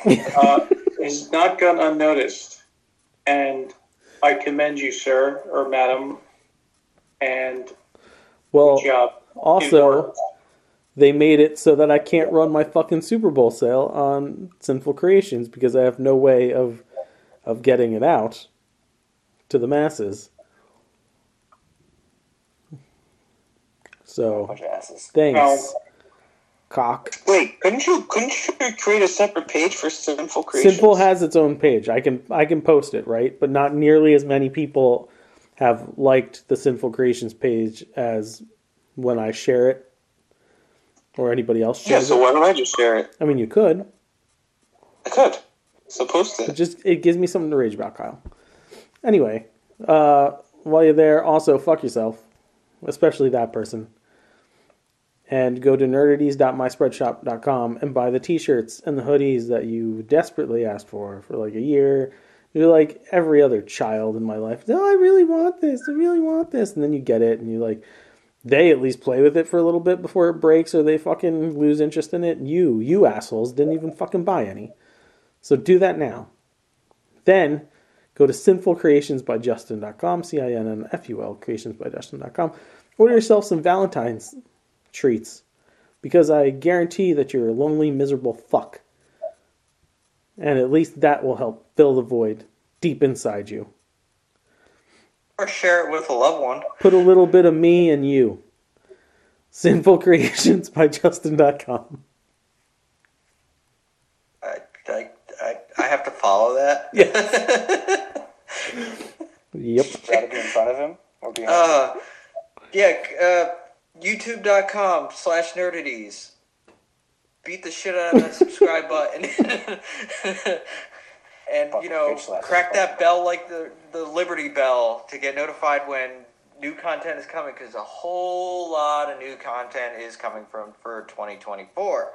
S5: uh, has not gone unnoticed, and I commend you, sir or madam, and
S3: Well,
S5: good job.
S3: also, they made it so that I can't run my fucking Super Bowl sale on Sinful Creations because I have no way of of getting it out to the masses. So,
S2: Bunch of asses.
S3: thanks, cock.
S6: Wait, couldn't you couldn't you create a separate page for Sinful Creations?
S3: Sinful has its own page. I can I can post it, right? But not nearly as many people have liked the Sinful Creations page as when I share it or anybody else
S6: yeah,
S3: shares
S6: so
S3: it.
S6: why don't I just share it?
S3: I mean, you could.
S6: I could. So post
S3: It
S6: it.
S3: just it gives me something to rage about, Kyle. Anyway, uh, while you're there, also fuck yourself, especially that person. And go to nerdities.myspreadshop.com and buy the t-shirts and the hoodies that you desperately asked for for like a year. You're like every other child in my life. No, I really want this. I really want this. And then you get it, and you like they at least play with it for a little bit before it breaks, or they fucking lose interest in it. And you, you assholes, didn't even fucking buy any. So do that now. Then go to Sinful Creations by Justin.com, C I N N F U L Creations by Justin.com. Order yourself some Valentine's treats because I guarantee that you're a lonely, miserable fuck. And at least that will help fill the void deep inside you.
S4: or share it with a loved one.
S3: Put a little bit of me in you. Sinful Creations by Justin.com.
S4: I, I, I, I have to follow that.
S3: Yep.
S2: Gotta be in front of him or behind him.
S4: Uh, yeah, c- uh, youtube.com slash nerdities. Beat the shit out of that subscribe button. and, you know,
S2: Fucking bitch slap.
S4: crack that bell like the, the Liberty Bell to get notified when new content is coming because a whole lot of new content is coming from for 2024.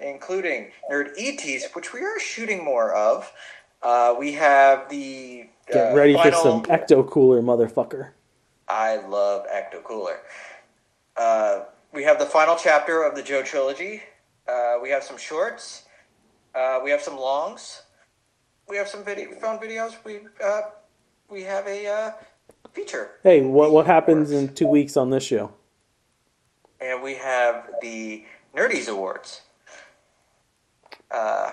S4: including Nerd ETs, which we are shooting more of. Uh, we have the
S3: Get
S4: uh,
S3: ready for
S4: final-
S3: some ecto cooler, motherfucker.
S4: I love Ecto Cooler. Uh, we have the final chapter of the Joe trilogy. Uh, we have some shorts. Uh, we have some longs. We have some video found videos. We uh, we have a uh, feature,
S3: Hey, what what happens in two weeks on this show?
S4: and we have the Nerdies Awards. Uh,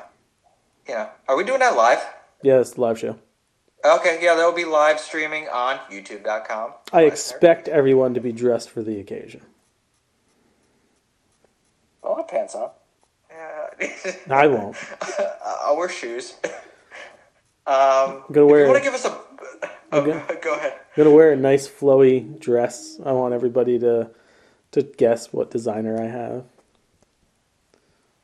S4: yeah, are we doing that live?
S3: Yeah, it's a live show.
S4: Okay, yeah, that'll be live streaming on YouTube.com.
S3: I expect everyone to be dressed for the occasion.
S2: I'll have pants on.
S4: Yeah.
S3: I won't.
S4: I'll wear shoes. Um,
S3: Gonna
S4: if
S3: wear-
S4: You want to give us a? Oh,
S3: Okay.
S4: go ahead.
S3: I'm gonna wear a nice flowy dress. I want everybody to to guess what designer I have.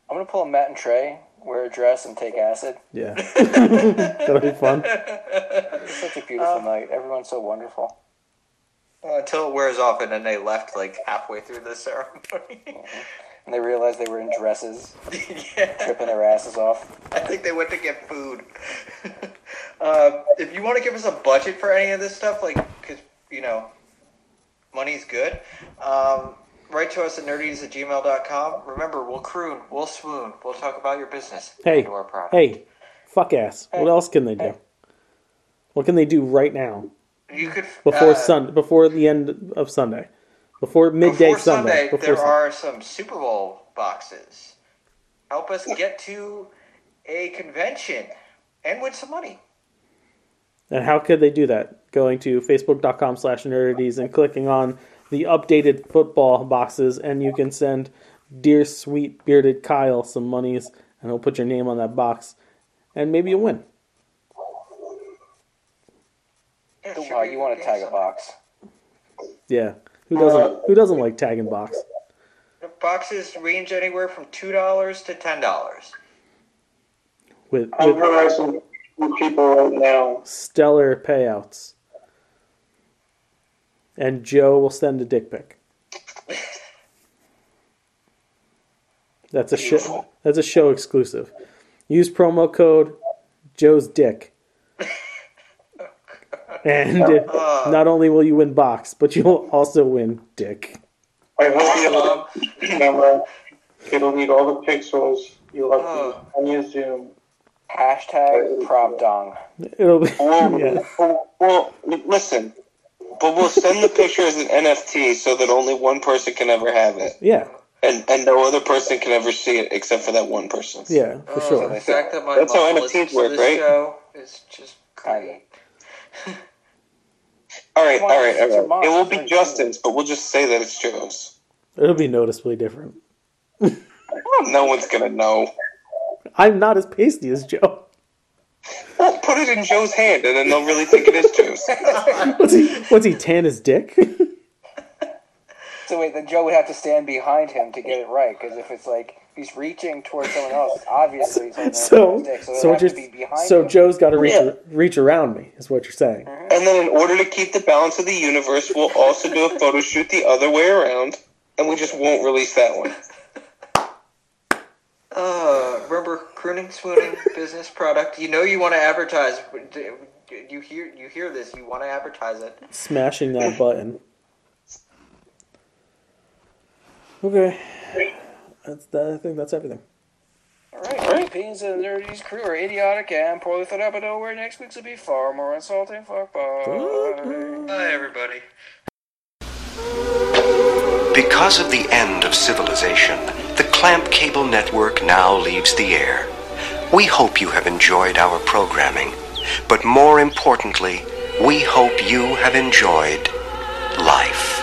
S2: I'm gonna pull a Matt and Trey, wear a dress, and take acid.
S3: Yeah, that'll be fun.
S2: It's such a beautiful night. Everyone's so wonderful.
S4: Uh, until it wears off, and then they left like halfway through the ceremony.
S2: And they realized they were in dresses,
S4: yeah,
S2: tripping their asses off.
S4: I think they went to get food. um, if you want to give us a budget for any of this stuff, like because you know, money's good. Um, write to us at nerdies at gmail.com. Remember, we'll croon, we'll swoon, we'll talk about your business.
S3: Hey,
S4: and our product.
S3: hey, fuck ass. What else can they do? What can they do right now
S4: you could
S3: before
S4: uh,
S3: sun before the end of Sunday, before midday
S4: Before Sunday,
S3: Sunday? Before
S4: there
S3: Sun-
S4: are some Super Bowl boxes. Help us get to a convention and win some money.
S3: And how could they do that? Going to facebook.com slash nerdities and clicking on the updated football boxes, and you can send dear sweet bearded Kyle some monies, and he'll put your name on that box, and maybe you'll win.
S4: Yeah, should
S2: Wow,
S4: we
S2: you want to
S4: gain
S2: tag a
S4: some-
S2: box?
S3: Yeah, who doesn't? Who doesn't like tag and box?
S4: The boxes range anywhere from two dollars to ten dollars.
S3: With,
S5: I'm
S3: with
S5: harassing people right now.
S3: stellar payouts. And Joe will send a dick pic. That's a show. That's a show exclusive. Use promo code Joe's Dick, and uh, not only will you win box, but you'll also win dick.
S5: I hope you have
S3: Uh,
S4: Um,
S5: a camera. It'll need all the pixels. You'll have
S3: uh,
S5: to
S4: Oh.
S5: on your Zoom.
S2: Hashtag prop dong.
S3: It'll be
S6: Well,
S3: yeah.
S6: well, well, listen, but we'll send the picture as an NFT so that only one person can ever have it,
S3: yeah,
S6: and and no other person can ever see it except for that one person.
S3: yeah, for
S4: oh,
S3: sure.
S4: The fact that my
S6: That's how
S4: mom
S6: NFTs
S4: listens to
S6: work,
S4: this
S6: right?
S4: show is just great.
S6: All right, all right,
S2: Come on,
S6: all right. It will
S2: it's
S6: be
S2: a
S6: Justin's, but we'll just say that it's Joe's.
S3: It'll be noticeably different.
S6: No one's gonna know.
S3: I'm not as pasty as Joe.
S6: Well, put it in Joe's hand, and then they'll really think it is Joe's.
S3: What's he? What's he tan his dick?
S2: So wait, then Joe would have to stand behind him to get it right, because if it's like he's reaching towards someone else, obviously he's holding up
S3: so,
S2: his dick, so,
S3: so
S2: so
S3: what
S2: have to be
S3: you're,
S2: behind
S3: so
S2: him.
S3: Joe's got to reach
S6: Yeah. Uh-huh.
S3: reach around me, is what you're saying.
S6: And then, in order to keep the balance of the universe, we'll also do a photo shoot the other way around, and we just won't release that one.
S4: Uh, remember crooning, swooning, business product. You know you want to advertise. but d- You hear you hear this. You want to advertise it.
S3: Smashing that button. Okay, that's that, I think that's everything.
S2: Alright, the opinions of the nerdy's crew are idiotic and poorly thought out, but don't worry, next week's will be far more insulting. Fuck bye.
S4: Hi everybody.
S7: Because of the end of civilization, the Clamp Cable Network now leaves the air. We hope you have enjoyed our programming, but more importantly, we hope you have enjoyed life.